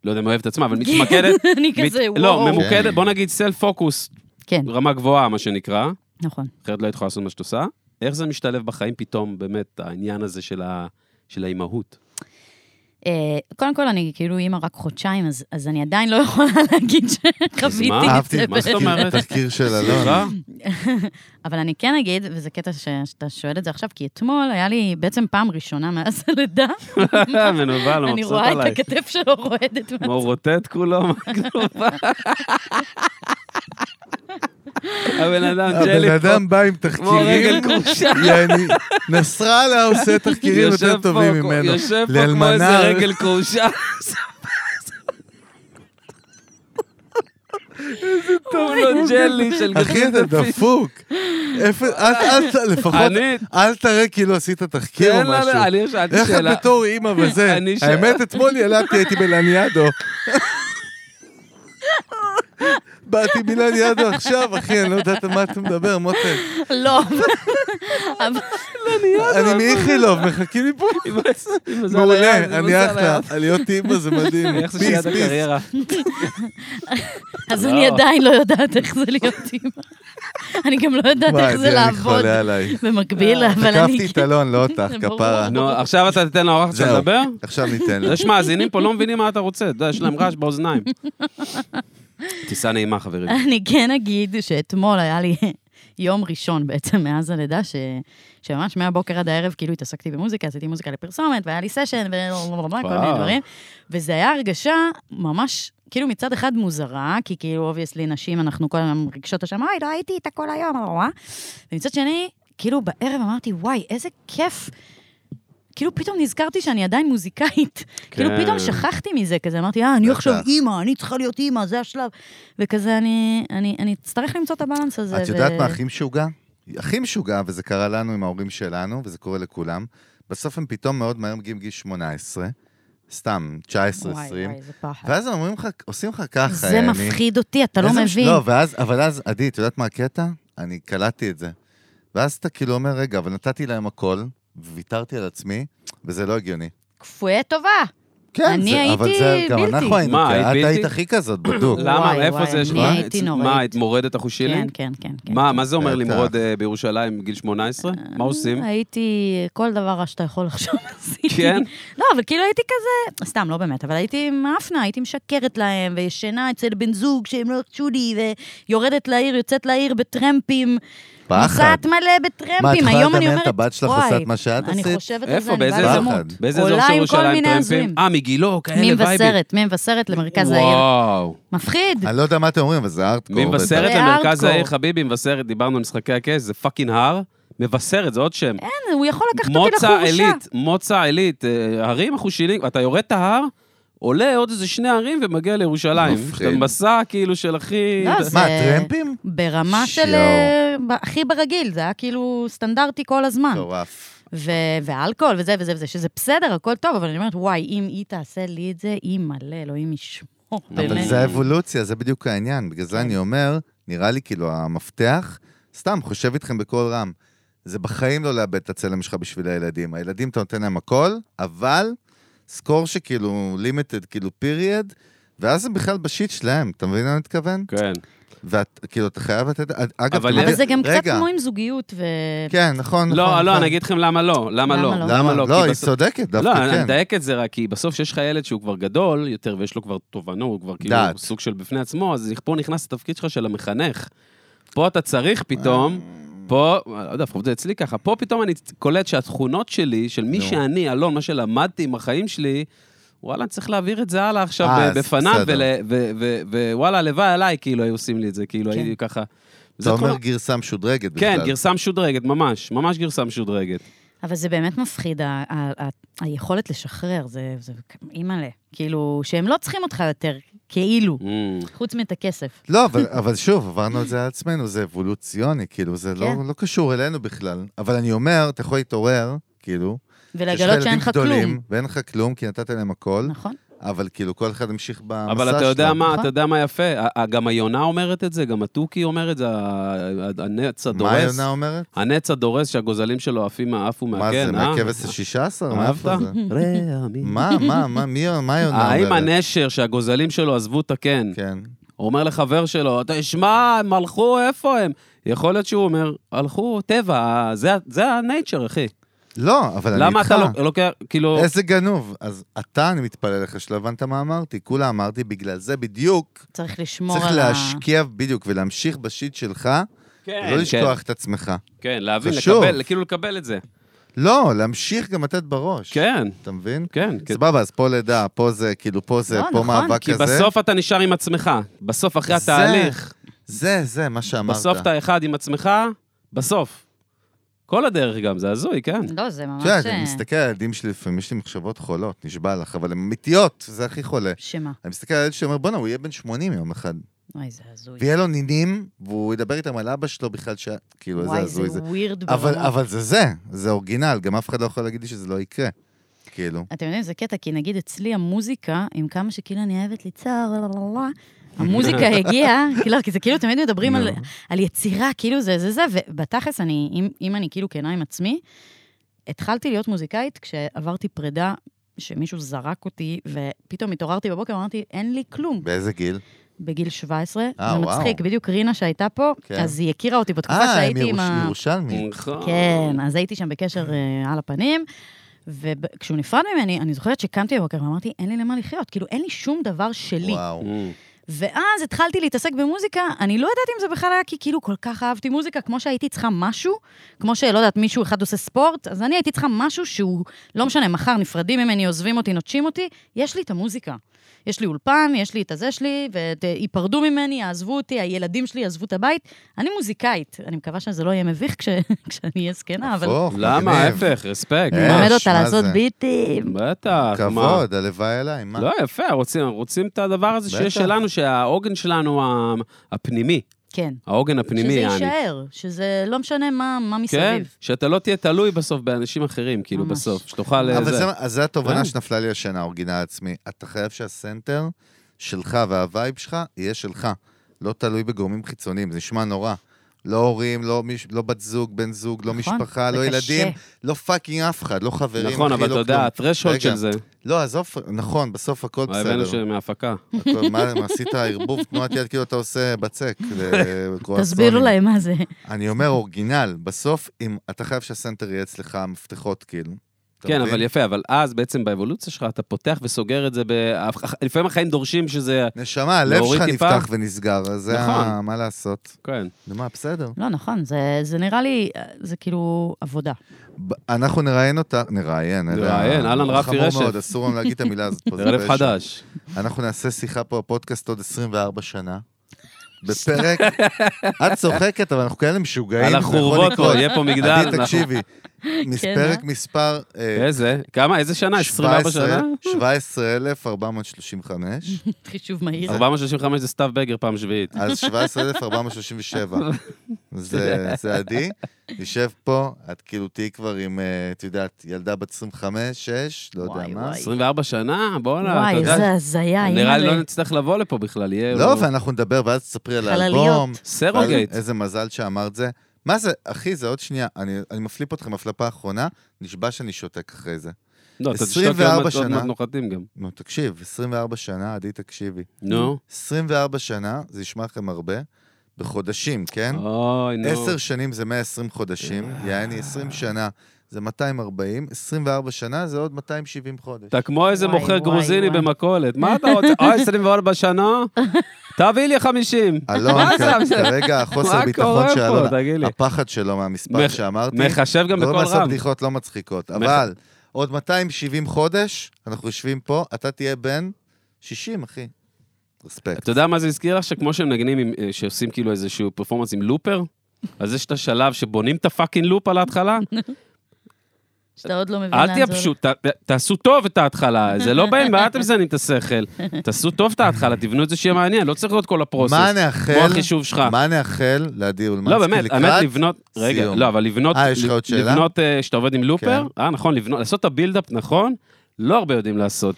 לא יודע אם אוהבת עצמה, אבל מתמקדת...
אני כזה,
מת- לא,
וואו.
כן.
ממוקדת, בוא נגיד סלף פוקוס,
כן,
רמה גבוהה, מה שנקרא.
נכון.
אחרת לא היית יכולה לעשות מה שאת עושה. איך זה משתלב בחיים פתאום, באמת, העניין הזה של, ה... של האימהות?
אה, קודם כל, אני כאילו אימא רק חודשיים, אז- אז אני עדיין לא יכולה להגיד
אז
שחוויתי
מה?
אה, את
אהבתי
זה.
את
אה, מה זאת
תחקיר-
אומרת? אה,
תחקיר של אלון.
סליחה?
אבל אני כן אגיד, וזה קטע ש- שאתה שואל את זה עכשיו, כי אתמול היה לי בעצם פעם ראשונה מאז הלידה,
אה, מנוול, הוא
אני
מבסוט
רואה את
עליי.
הכתף שלו רועדת.
מה, הוא רוטט כולו? מה כלום? הבן אדם ג'לי
הבן אדם בא עם
כמו רגל
תחקירים,
כרושה.
יעני, נסראללה עושה תחקירים
יושב
יותר
פה
טובים
כמו-
ממנו.
יושב פה כמו איזה
לאלמנר,
רגל כרושה. טוב לו ג'לי של
אחי, אתה דפוק. איפה- אל- אל ת- לפחות
אני-
אל תראה כאילו עשית תחקיר או
כן, לא, לא,
משהו.
אני שאלתי
איך
שאלה.
את בתור אימא וזה?
אני ש-
האמת, אתמול ילדתי, הייתי בלניאדו. באתי בלניאדו עכשיו, אחי, אני לא יודעת על מה אתה מדבר, מותק.
לא, אבל-
אני מאיכילוב, מחכים לי פה.
עם הזל היד, עם
מעולה, אני
הזל
אחלה.
היד.
להיות אימא זה מדהים.
איך זה
פיס,
שיד
פיס.
הקריירה?
אז
לא.
אני עדיין לא יודעת איך זה להיות אימא. אני גם לא יודעת
וואי,
איך זה
אני
לעבוד
חולה עליי.
במקביל, אבל אני... כן-
תקפתי את אלון, לא אותך,
ברור.
כפרה.
נו, עכשיו אתה תיתן לאורחת שלך
זהו.
לדבר?
עכשיו ניתן לה.
יש מאזינים פה, לא מבינים מה אתה רוצה, אתה יודע, יש להם רעש באוזניים. טיסה נעימה, חברים.
אני כן אגיד שאתמול היה לי יום ראשון בעצם מאז הלידה, ש... שממש מהבוקר עד הערב כאילו התעסקתי במוזיקה, עשיתי מוזיקה לפרסומת, והיה לי סשן וכל
וואו.
מיני דברים, וזה היה הרגשה ממש... כאילו מצד אחד מוזרה, כי כאילו אובייסלי נשים, אנחנו כל הזמן רגשות השם, אוי, לא הייתי איתה כל היום, אה, אה, אה." ומצד שני, כאילו בערב אמרתי, וואי, איזה כיף. כאילו פתאום נזכרתי שאני עדיין מוזיקאית. כאילו
כן.
פתאום שכחתי מזה, כזה אמרתי, אה, אני
בטח.
עכשיו אימא, אני צריכה להיות אימא, זה השלב. וכזה, אני, אני, אני אצטרך למצוא את הבאלנס הזה.
את יודעת
ו-
מה הכי משוגע? הכי משוגע, וזה קרה לנו עם ההורים שלנו, וזה קורה לכולם, בסוף הם פתאום מאוד מהר מגיעים גיל 18, סתם, 19-20,
וואי, וואי, זה פחד.
ואז הם אומרים לך, עושים לך ככה, אה,
זה
אני-
מפחיד אותי, אתה לא
איזה מש-
מבין.
לא, ואז, אבל אז, עדי, את יודעת מה הקטע? אני קלטתי את זה. ואז אתה כאילו אומר, רגע, אבל נתתי להם הכל, וויתרתי על עצמי, וזה לא הגיוני.
כפויי טובה.
כן,
אני
זה, אבל
הייתי
זה, גם
בלתי.
אנחנו היינו,
מה,
כאלה.
היית
את
בלתי?
היית הכי כזאת, בדוק.
למה?
וואי,
איפה
וואי,
זה?
אני
שמה?
הייתי נוראית.
מה, את מורדת
כן,
החושילים?
כן, כן. כן. אה,
מה, מה זה אומר
בטח.
למרוד אה, בירושלים בגיל 18? מה עושים?
הייתי כל דבר רע שאתה יכול לחשוב עשיתי.
כן?
לא, אבל כאילו הייתי כזה, סתם, לא באמת, אבל הייתי מאפנה, הייתי משקרת להם, וישנה אצל בן זוג שהם לא הרשו לי, ויורדת לעיר, יוצאת לעיר בטרמפים.
פחד.
נוסעת מלא
מה, את
בטרמפים,
יכולה
היום אני
לדמיין
אומרת,
את הבת שלך
וואי,
עושה את מה שאת
אני
עשית?
חושבת על זה,
איפה?
אני
באיזה
באה
אזור?
למות.
באיזה אזור
עולה
של
עם כל
ירושלים
מיני
טרמפים?
הזויים.
אה, מגילה, כאלה וייבים.
ממבשרת, ממבשרת למרכז העיר.
וואו.
מפחיד.
אני לא יודע מה אתם אומרים, אבל זה ארטקור.
ממבשרת
זה
למרכז
hardcore.
העיר, חביבי, מבשרת, דיברנו על משחקי הכס, זה פאקינג הר. מבשרת, זה עוד שם.
אין, הוא יכול לקחת אותי
מוצא
לחורשה.
עילית, מוצא עילית, אה, הרים החושילים, אתה יורד את ההר, עולה עוד איזה שני הרים ומגיע לירושלים.
מפחיד.
אתה מסע כאילו של הכי...
לא,
מה,
זה-
טרמפים? לא.
ברמה של...
שיואו.
אה, ב- הכי ברגיל, זה היה כאילו סטנדרטי כל הזמן.
מטורף.
ו- ואלכוהול וזה וזה וזה, שזה בסדר, הכל טוב, אבל אני אומרת, וואי, אם היא תעשה לי את זה, היא מלא, אלוהים ישמור,
אבל
באמת. כן.
זה האבולוציה, זה בדיוק העניין. בגלל זה אני אומר, נראה לי כאילו המפתח, סתם, חושב איתכם בקול רם. זה בחיים לא לאבד את הצלם שלך בשביל הילדים. הילדים, אתה נותן להם הכל, אבל סקור שכאילו לימיטד, כאילו פיריד, ואז הם בכלל בשיט שלהם, אתה מבין מה אני מתכוון?
כן.
ואת, כאילו, אתה חייב לתת... אגב,
אבל
אתה
יש-
אבל
יודע-
זה גם קצת
רגע,
כמו עם זוגיות, ו...
כן, נכון, נכון.
לא, לא,
נכון.
אני אגיד לכם למה לא. למה לא?
למה לא?
כי
לא, היא
בסוף-
צודקת,
לא,
דווקא
אני
כן.
מדייק את זה רק, כי בסוף כשיש לך ילד שהוא כבר גדול יותר ויש לו כבר תובנו, הוא כבר כאילו
דעת.
סוג של בפני עצמו, אז פה נכנס התפקיד שלך של המחנך. פה אתה צריך
אה.
פתאום, פה, לא יודע, לפחות זה אצלי ככה, פה פתאום אני קולט שהתכונות שלי, של מי
נו.
שאני, אלון, מה שלמדתי עם החיים שלי, וואלה, אני צריך להעביר את זה הלאה עכשיו
אה, אז
בפניו,
בסדר.
ול- ו- ו- ו- ווואלה, הלוואי עליי, כאילו, היו עושים לי את זה, כאילו,
כן.
הייתי ככה...
אתה
זה
אומר
תכונה-
גרסה משודרגת בכלל.
כן, גרסה משודרגת, ממש, ממש גרסה משודרגת. Mm.
אבל זה באמת מפחיד, ה- ה- ה- היכולת לשחרר, זה זה אימא'לה. כאילו, שהם לא צריכים אותך יותר, כאילו,
Mm.
חוץ מאת הכסף.
לא, אבל, אבל שוב, עברנו את זה על עצמנו, זה אבולוציוני, כאילו, זה לא,
כן.
לא קשור אלינו בכלל. אבל אני אומר, אתה יכול להתעורר, כאילו, שיש
ולגלות שאין לך כלום.
ואין לך כלום, כי נתת להם הכל,
נכון?
אבל כאילו, כל אחד המשיך במסע שלו.
אבל אתה יודע מה,
נכון?
אתה יודע מה יפה, ה- ה- גם היונה אומרת את זה, גם התוכי אומר את זה, ה- ה- הנץ
מה
הדורס,
היונה אומרת?
הנץ הדורס שהגוזלים שלו עפים מהעף
מה זה,
ומהקן, אה?
מהכבש ה-16?
אהבת? רעמים.
מה, מה, מה, מי, מה היונה
האם
אומרת?
הנשר שהגוזלים שלו עזבו את הקן,
כן.
הוא אומר לחבר שלו, תשמע, הם הלכו, איפה הם? יכול להיות שהוא אומר, הלכו, טבע, ה- זה ה- זה הנייצ'ר, אחי.
לא, אבל אני איתך.
למה אתה לא- לוקח, כאילו...
איזה גנוב. אז אתה, אני מתפלא לך שלא הבנת מה אמרתי. כולה אמרתי, בגלל זה בדיוק
צריך לשמור על
צריך
ה...
להשקיע בדיוק ולהמשיך בשיט שלך,
כן,
ולא
כן,
לא לשכוח את עצמך.
כן, להבין,
חשוב.
לקבל, כאילו לקבל את זה.
לא, להמשיך גם לתת בראש.
כן,
אתה מבין?
כן. כן.
סבבה, אז פה לידה, פה זה, כאילו, פה זה,
לא,
פה
נכון,
מאבק
כי
כזה.
בסוף אתה נשאר עם עצמך. בסוף, אחרי
זה-
התהליך,
זה, זה, מה שאמרת.
בסוף אתה אחד עם עצמך, בסוף. כל הדרך גם, זה הזוי, כן.
לא, זה ממש...
אתה יודע,
אה,
אני מסתכל על הילדים שלי, לפעמים יש לי מחשבות חולות, נשבע לך, אבל הן אמיתיות, זה הכי חולה.
שמה?
אני מסתכל על הילד שלי, אומר, בואנה, הוא יהיה בן 80 יום אחד.
אוי, זה הזוי.
ויהיה לו נינים, והוא ידבר איתם על אבא שלו בכלל, ש... כאילו, איזה
וואי,
הזוי
זה
זה.
ווירד
אבל,
ברמות.
אבל זה זה, זה אורגינל, גם אף אחד לא יכול להגיד לי שזה לא יקרה. כאילו.
אתם יודעים, זה קטע, כי נגיד אצלי המוזיקה, עם כמה שכאילו אני אוהבת ליצור, לא, לא, לא, לא, המוזיקה הגיעה, כי לא, כי זה כאילו תמיד מדברים על, על יצירה, כאילו זה זה זה, ובתכלס אני, אם, אם אני כאילו כנה עם עצמי, התחלתי להיות מוזיקאית כשעברתי פרידה, שמישהו זרק אותי, ופתאום התעוררתי בבוקר, אמרתי, אין לי כלום.
באיזה גיל?
בגיל 17,
אה,
זה
וואו.
מצחיק, בדיוק רינה שהייתה פה,
כן.
אז היא הכירה אותי בתקופה
אה, הם
שהייתי עם
ירוש...
ה...
ירושלמים.
נכון.
כן, אז הייתי שם בקשר אה, על הפנים, וכשהוא נפרד ממני, אני זוכרת שקמתי בבוקר ואמרתי, אין לי למה לחיות, כאילו, אין לי שום דבר שלי.
וואו.
Mm.
ואז התחלתי להתעסק במוזיקה, אני לא ידעתי אם זה בכלל היה כי כאילו כל כך אהבתי מוזיקה, כמו שהייתי צריכה משהו, כמו שלא יודעת, מישהו אחד עושה ספורט, אז אני הייתי צריכה משהו שהוא, לא משנה, מחר נפרדים ממני, עוזבים אותי, נוטשים אותי, יש לי את המוזיקה. יש לי אולפן, יש לי את הזה שלי, וייפרדו ממני, יעזבו אותי, הילדים שלי יעזבו את הבית. אני מוזיקאית, אני מקווה שזה לא יהיה מביך כש... כשאני אהיה זקנה, אבל...
הפוך,
למה?
מגניב.
ההפך, רספקט.
נכון. אה,
ללמד אותה
מה
לעשות
זה?
ביטים.
בטח. מה?
כבוד, הלוואי עליי, מה?
לא, יפה, רוצים, רוצים את הדבר הזה שיש
בטח.
שלנו, שהעוגן שלנו ה- הפנימי.
כן.
העוגן הפנימי,
שזה
יעני.
יישאר, שזה לא משנה מה, מה
כן,
מסביב.
שאתה לא תהיה תלוי בסוף באנשים אחרים, כאילו,
ממש.
בסוף, שתוכל... אה,
אבל
זה-
זה, אז זה התובנה
כן.
שנפלה לי השנה, ההורגינל העצמי. אתה חייב שהסנטר שלך והווייב שלך יהיה שלך. לא תלוי בגורמים חיצוניים, זה נשמע נורא. לא הורים, לא, מיש... לא בת זוג, בן זוג, לא
נכון,
משפחה, לא
זה
ילדים,
קשה.
לא פאקינג אף אחד, לא חברים,
נכון,
אחי,
אבל
לא
אתה יודע,
כלום.
הטרשולד
רגע,
של זה,
לא, עזוב, נכון, בסוף הכל
הבאנו
בסדר.
שמהפקה.
הכל- מה, מה, עשית ערבוב תנועת יד, כאילו אתה עושה בצק. לקרואסונים.
תסבירו להם מה זה.
אני אומר אורגינל, בסוף, אם אתה חייב שהסנטר יהיה אצלך המפתחות, כאילו. אתה
כן,
מבין?
אבל יפה, אבל אז בעצם באבולוציה שלך אתה פותח וסוגר את זה, ב- לפעמים החיים דורשים שזה...
נשמה, הלב
להוריד
שלך
טיפה?
נפתח ונסגר, אז זה
נכון.
ה- מה לעשות.
כן.
נו מה, בסדר.
לא, נכון, זה, זה נראה לי, אה, זה כאילו עבודה.
ב- אנחנו נראיין אותך, נראיין. אלה-
נראיין, אהלן, רפי רשף.
חמור מאוד, אסור לנו להגיד את המילה הזאת פה. זה
זה רלב
פשע.
חדש.
אנחנו נעשה שיחה פה בפודקאסט עוד 24 שנה. בפרק, את צוחקת, אבל אנחנו כאלה משוגעים. זה
על
יכול
החורבות פה,
לקרות.
יהיה פה מגדל.
עדי,
אנחנו- כן,
תקשיבי, מס-
כן,
פרק
אה?
מספר... אה,
איזה? כמה? איזה שנה? 24 שנה?
17,435,
חישוב מהיר.
435 זה סתיו בגר פעם שביעית.
אז 17,437. זה זה עדי. יושב פה, את כאילו תהיי כבר עם, אה, את יודעת, ילדה בת 25, 6, לא יודע
וואי,
מה.
וואי.
24 שנה? בואנה, אתה
וואי,
יודע.
איזה
נראה
הזיה,
לי
אימא'לה.
לא נצטרך לבוא לפה בכלל, יהיה...
לא, ואנחנו נדבר, ואז תספרי על
חלליות.
האלבום. ועל
סרוגייט.
איזה מזל שאמרת זה. מה זה, אחי, זה עוד שנייה, אני אני מפליפ אתכם הפלפה אחרונה, נשבע שאני שותק אחרי זה.
לא, אתה תשתוק
24
עוד מעט- עוד
שנה.
מעט נוחתים גם.
נו, תקשיב, 24 שנה, עדי, תקשיבי.
נו.
24 שנה, זה ישמע לכם הרבה, בחודשים, כן?
אה,
אוי, נו. אה.
עשר שנים זה 120 חודשים, יעני 20 שנה זה 240, 24 שנה זה עוד 270 חודש.
אתה כמו איזה
וואי,
מוכר
וואי,
גרוזיני
וואי.
במכולת. מה אתה רוצה? אוי, 24 שנה? תביא לי 50.
אלון, כן,
מה זה?
כ- כרגע החוסר
לא מה
ביטחון
קורה
של
פה?
אלון,
תגיד לי.
הפחד שלו מהמספר
מח-
שאמרתי,
מחשב גם
גורם
בקול
לעשות
רם.
בדיחות לא מצחיקות,
מח-
אבל עוד 270 חודש, אנחנו יושבים פה, אתה תהיה בן 60, אחי. רספקט.
אתה יודע מה זה הזכיר לך? שכמו שמנגנים, עם- אה, שעושים כאילו איזשהו פרפורמנס עם לופר, אז יש את השלב שבונים את הפאקינג לופ על ההתחלה.
שאתה עוד לא מבין לאן
אל
זה
תהיה
הולך.
פשוט, ת- תעשו טוב את ההתחלה. זה לא באים, ואל תמזיינים את השכל. תעשו טוב את ההתחלה, תבנו את זה שיהיה מעניין, לא צריך להיות כל הפרוסס.
מה נאחל,
כמו החישוב שלך.
מה נאחל לעדי אולמנסקי
לא,
לקראת?
באמת, האמת, לבנות... רגע,
סיום.
לא, אבל לבנות...
אה, יש לך עוד שאלה? כן.
לבנות, אה, שאתה עובד עם לופר, אה, נכון, לבנות, לעשות את הבילדאפ נכון, לא הרבה יודעים לעשות.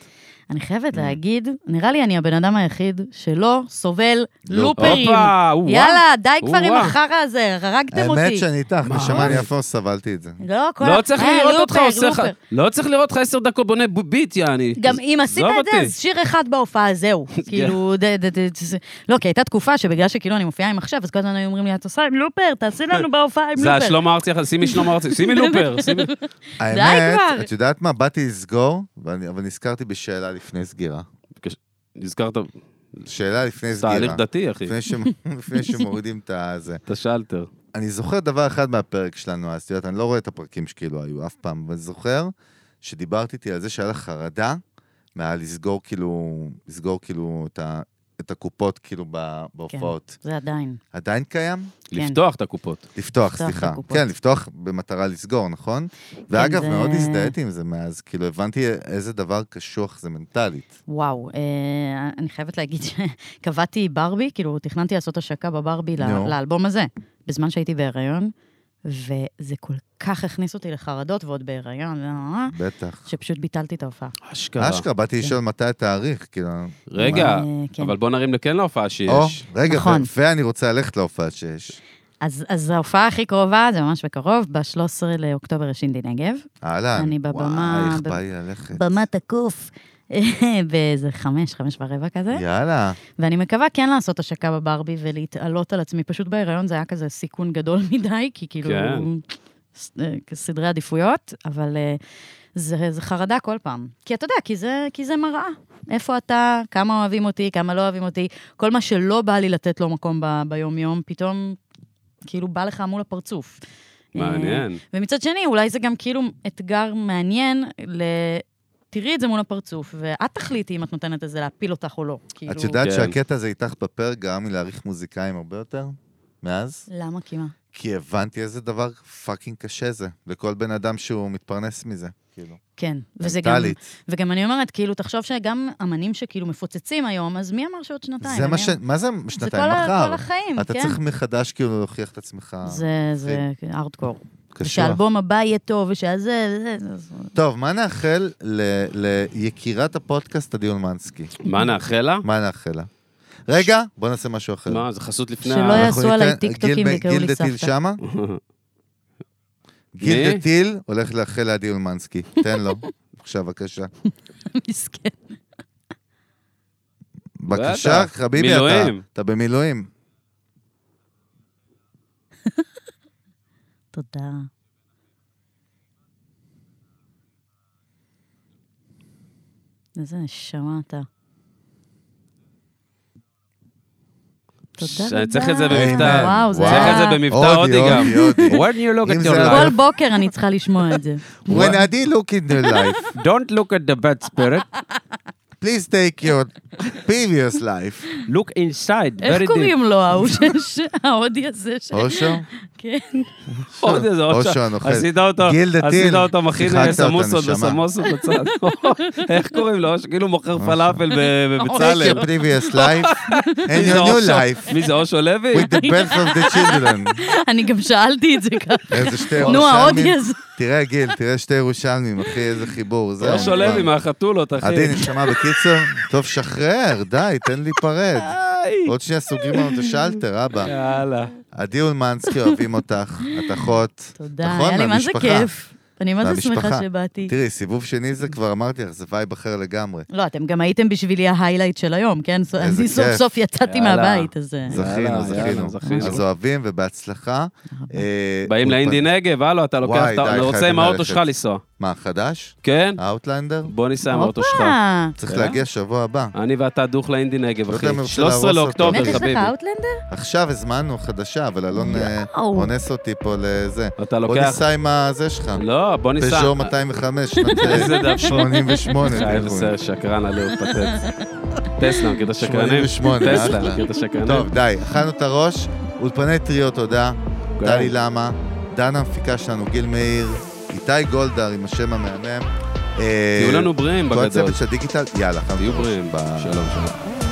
אני
Mm.
חייבת להגיד, נראה לי אני הבן אדם היחיד שלא סובל לופרים.
לא, הופה, וואו.
יאללה, די כבר עם
וואו.
החרא הזה, הרגתם
האמת
אותי.
שאני איתך,
מה?
נשמה, אני אף פעם לא סבלתי את זה.
לא, כל
לא
ה-
צריך
אה,
לראות אותך
לופר,
עושה לך...
לופר.
לא צריך לראות אותך עשר דקות בונה ב- ביט, יעני.
גם
אז-
אם עשית
עזוב
את
אותי.
זה,
כן.
אז שיר אחד בהופעה, זהו. כאילו, ד- ד- ד- זה- לא, כי הייתה תקופה שבגלל שכאילו אני מופיעה עם עכשיו, אז כל הזמן היו אומרים לי, את עושה עם לופר, תעשי לנו בהופעה עם
זה
לופר.
השלמה ארצי, אחת, שימי שלמה ארצי, שימי לופר. שימי-
האמת,
כבר.
את יודעת מה? באתי לסגור, ואני- אבל נזכרתי בשאלה לפני סגירה.
נזכרת,
שאלה לפני
זה תהליך
סגירה.
דתי, אחי.
לפני שמ- לפני שמורידים את הזה.
אתה שאלתר.
אני זוכר דבר אחד מהפרק שלנו אז, את יודעת, אני לא רואה את הפרקים שכאילו היו אף פעם, אבל זוכר שדיברת איתי על זה שהיה לך חרדה מהלסגור כאילו, לסגור כאילו את ה- את הקופות כאילו ב- בהופעות.
זה עדיין.
עדיין קיים?
כן.
לפתוח את הקופות.
לפתוח,
לפתוח את
סליחה.
הקופות.
כן, לפתוח במטרה לסגור, נכון? ואגב,
זה-
מאוד הזדהיתי עם זה מאז, כאילו הבנתי איזה דבר קשוח זה מנטלית.
וואו, אה, אני חייבת להגיד שקבעתי ברבי, כאילו, תכננתי לעשות השקה בברבי ל-
נו.
לאלבום הזה, בזמן שהייתי בהיריון, וזה כל כך הכניס אותי לחרדות, ועוד בהיריון, לא, לא, לא,
בטח.
שפשוט ביטלתי את ההופעה.
אשכרה.
אשכרה, באתי
כן.
לשאול מתי התאריך, כאילו...
רגע,
אה, כן.
אבל בוא נרים לכן להופעה
או,
שיש.
רגע,
נכון.
ו- ואני רוצה ללכת להופעה שיש.
אז, אז ההופעה הכי קרובה, זה ממש בקרוב, ב-13 לאוקטובר יש אינדי נגב.
אהלן.
אני בבמה-
וואי, איך
ב-
בא לי ללכת.
במה תקוף. באיזה חמש, חמש ורבע כזה.
יאללה.
ואני מקווה כן לעשות השקה בברבי ולהתעלות על עצמי. פשוט בהיריון זה היה כזה סיכון גדול מדי, כי כאילו...
כן.
ס- אה, סדרי עדיפויות, אבל אה, זה, זה חרדה כל פעם. כי אתה יודע, כי זה, כי זה מראה. איפה אתה, כמה אוהבים אותי, כמה לא אוהבים אותי. כל מה שלא בא לי לתת לו מקום ב, ביום-יום, פתאום כאילו בא לך מול הפרצוף. אה,
מעניין.
ומצד שני, אולי זה גם כאילו אתגר מעניין ל... תראי את זה מול הפרצוף, ואת תחליטי אם את נותנת לזה להפיל אותך או לא. כאילו...
את יודעת
כן.
שהקטע הזה איתך בפרק גרם לי להעריך מוזיקאים הרבה יותר? מאז?
למה? כי מה?
כי הבנתי איזה דבר פאקינג קשה זה, לכל בן אדם שהוא מתפרנס מזה, כאילו.
כן, וזה גם...
מנטלית.
וגם אני אומרת, כאילו, תחשוב שגם אמנים שכאילו מפוצצים היום, אז מי אמר שעוד שנתיים?
זה
אני
מה ש... מה זה
זה
שנתיים
כל ה-
מחר?
כל החיים,
אתה
כן.
צריך מחדש כאילו להוכיח את עצמך.
זה, זה ארדקור.
קשוח.
ושהאלבום הבא יהיה טוב, ושהזה, זה, זה, זה.
טוב, מה נאחל ל- ליקירת הפודקאסט, עדי אולמנסקי?
מה נאחל לה?
מה נאחל לה? רגע, בוא נעשה משהו אחר.
מה, זה חסות לפני
שלא
ה...
לא יעשו
אנחנו ניתן-
עליי טיקטוקים
גיל ב-
ויקראו לי
גיל דה טיל
סבתא.
שמה? גיל
מי?
דה טיל הולך לאחל לעדי אולמנסקי. תן לו. עכשיו, בבקשה.
מסכן.
בבקשה,
בטח.
חביבי, אתה-
מילואים.
אתה במילואים.
תודה. איזה נשמה אתה.
אה.
תודה
אני צריך את זה
רבה.
במבטא.
וואו, זה
צריך את
היה...
זה במבטא
הודי,
הודי גם.
הודי, הודי.
When you look
אם
at
זה
your
היה-
life,
כל בוקר אני צריכה לשמוע את זה.
When Adi look in the life,
don't look at the bad spirit,
please take your previous life.
look inside. very
איך
deep.
קוראים לו ההוא ש- ההודי הזה ש...
אושו?
כן.
עוד איזה
או
אוקיי, עוד שם.
שהנוכל.
עשית אותו,
גיל דה
עשית
טיל,
אותו מכין
שיחקת אותה,
סמוסות
נשמה.
וסמוסות בצד. איך קוראים לו? כאילו מוכר פלאפל ב-
Take
בבצלאל.
your previous life and
מי זה
אוקיי. your new
אושו?
life
מי זה אושו לוי?
with the birth of the children.
אני גם שאלתי את זה ככה.
איזה שתי
נו, ההודי
ירושלמים.
הזה. לא
תראה, גיל, תראה שתי ירושלמים, אחי, איזה חיבור. זהו,
אושו
נגמר.
לוי מהחתולות, אחי.
עדי, נשמה, בקיצור, טוב, שחרר, די, תן להיפרד.
איי.
עוד שנייה סוגרים לנו את השלטר,
כן.
אבא.
יאללה.
עדי אולמנסקי, אוהבים אותך, את אחות.
תודה,
נכון,
היה לי מה זה
מהמשפחה.
כיף. אני מה זה שמחה
מהמשפחה.
שבאתי.
תראי, סיבוב שני זה כבר אמרתי לך, זה וייב אחר לגמרי.
לא, אתם גם הייתם בשבילי ההיילייט של היום, כן? סו-
איזה
אני סוף
כיף.
סוף יצאתי
יאללה.
מהבית, אז... אה,
זכינו,
יאללה,
זכינו.
יאללה, זכינו.
אז אוהבים ובהצלחה. אה,
באים
אולפן-
לאינדי נגב, הלו, אתה לוקח,
וואי,
אתה-
די,
אני רוצה
חייבים
עם האוטו
ללכת. אה.
שלך לנסוע.
מה, חדש?
כן?
אאוטליינדר?
בוא ניסע עם האוטו שלך.
הופה.
צריך
אה?
להגיע שבוע הבא.
אני ואתה דוך לאינדי נגב,
לא
אחי.
יודע אם אני רוצה
13
להרוס אותו,
לאוקטובר,
באמת יש לך
חביבי.
אאוטלנדר?
עכשיו הזמנו חדשה, אבל אלון אה,
יואו.
אונס אותי פה לזה.
אתה
בוא
לוקח...
ניסע עם הזה שלך.
לא, בוא ניסע.
פז'ו 205, שנת
איזה
אה,
דף.
88.
חי,
תראו.
בסדר, שקרן עלוב, פטט. טסלה, מכיר את השקרנים?
88,
טסלה,
אחלה.
מכיר את השקרנים?
טוב, די, אכלנו את הראש. אולפני טריו, תודה.
כן.
טלי למה. דנה המפיקה שלנו, גיל מאיר. איתי גולדהר עם השם המהמם. אה,
תהיו לנו בריאים
כל
בגדול.
הצוות של דיגיטל, יאללה. חם
תהיו
טוב.
בריאים.
ביי.
שלום, שלום.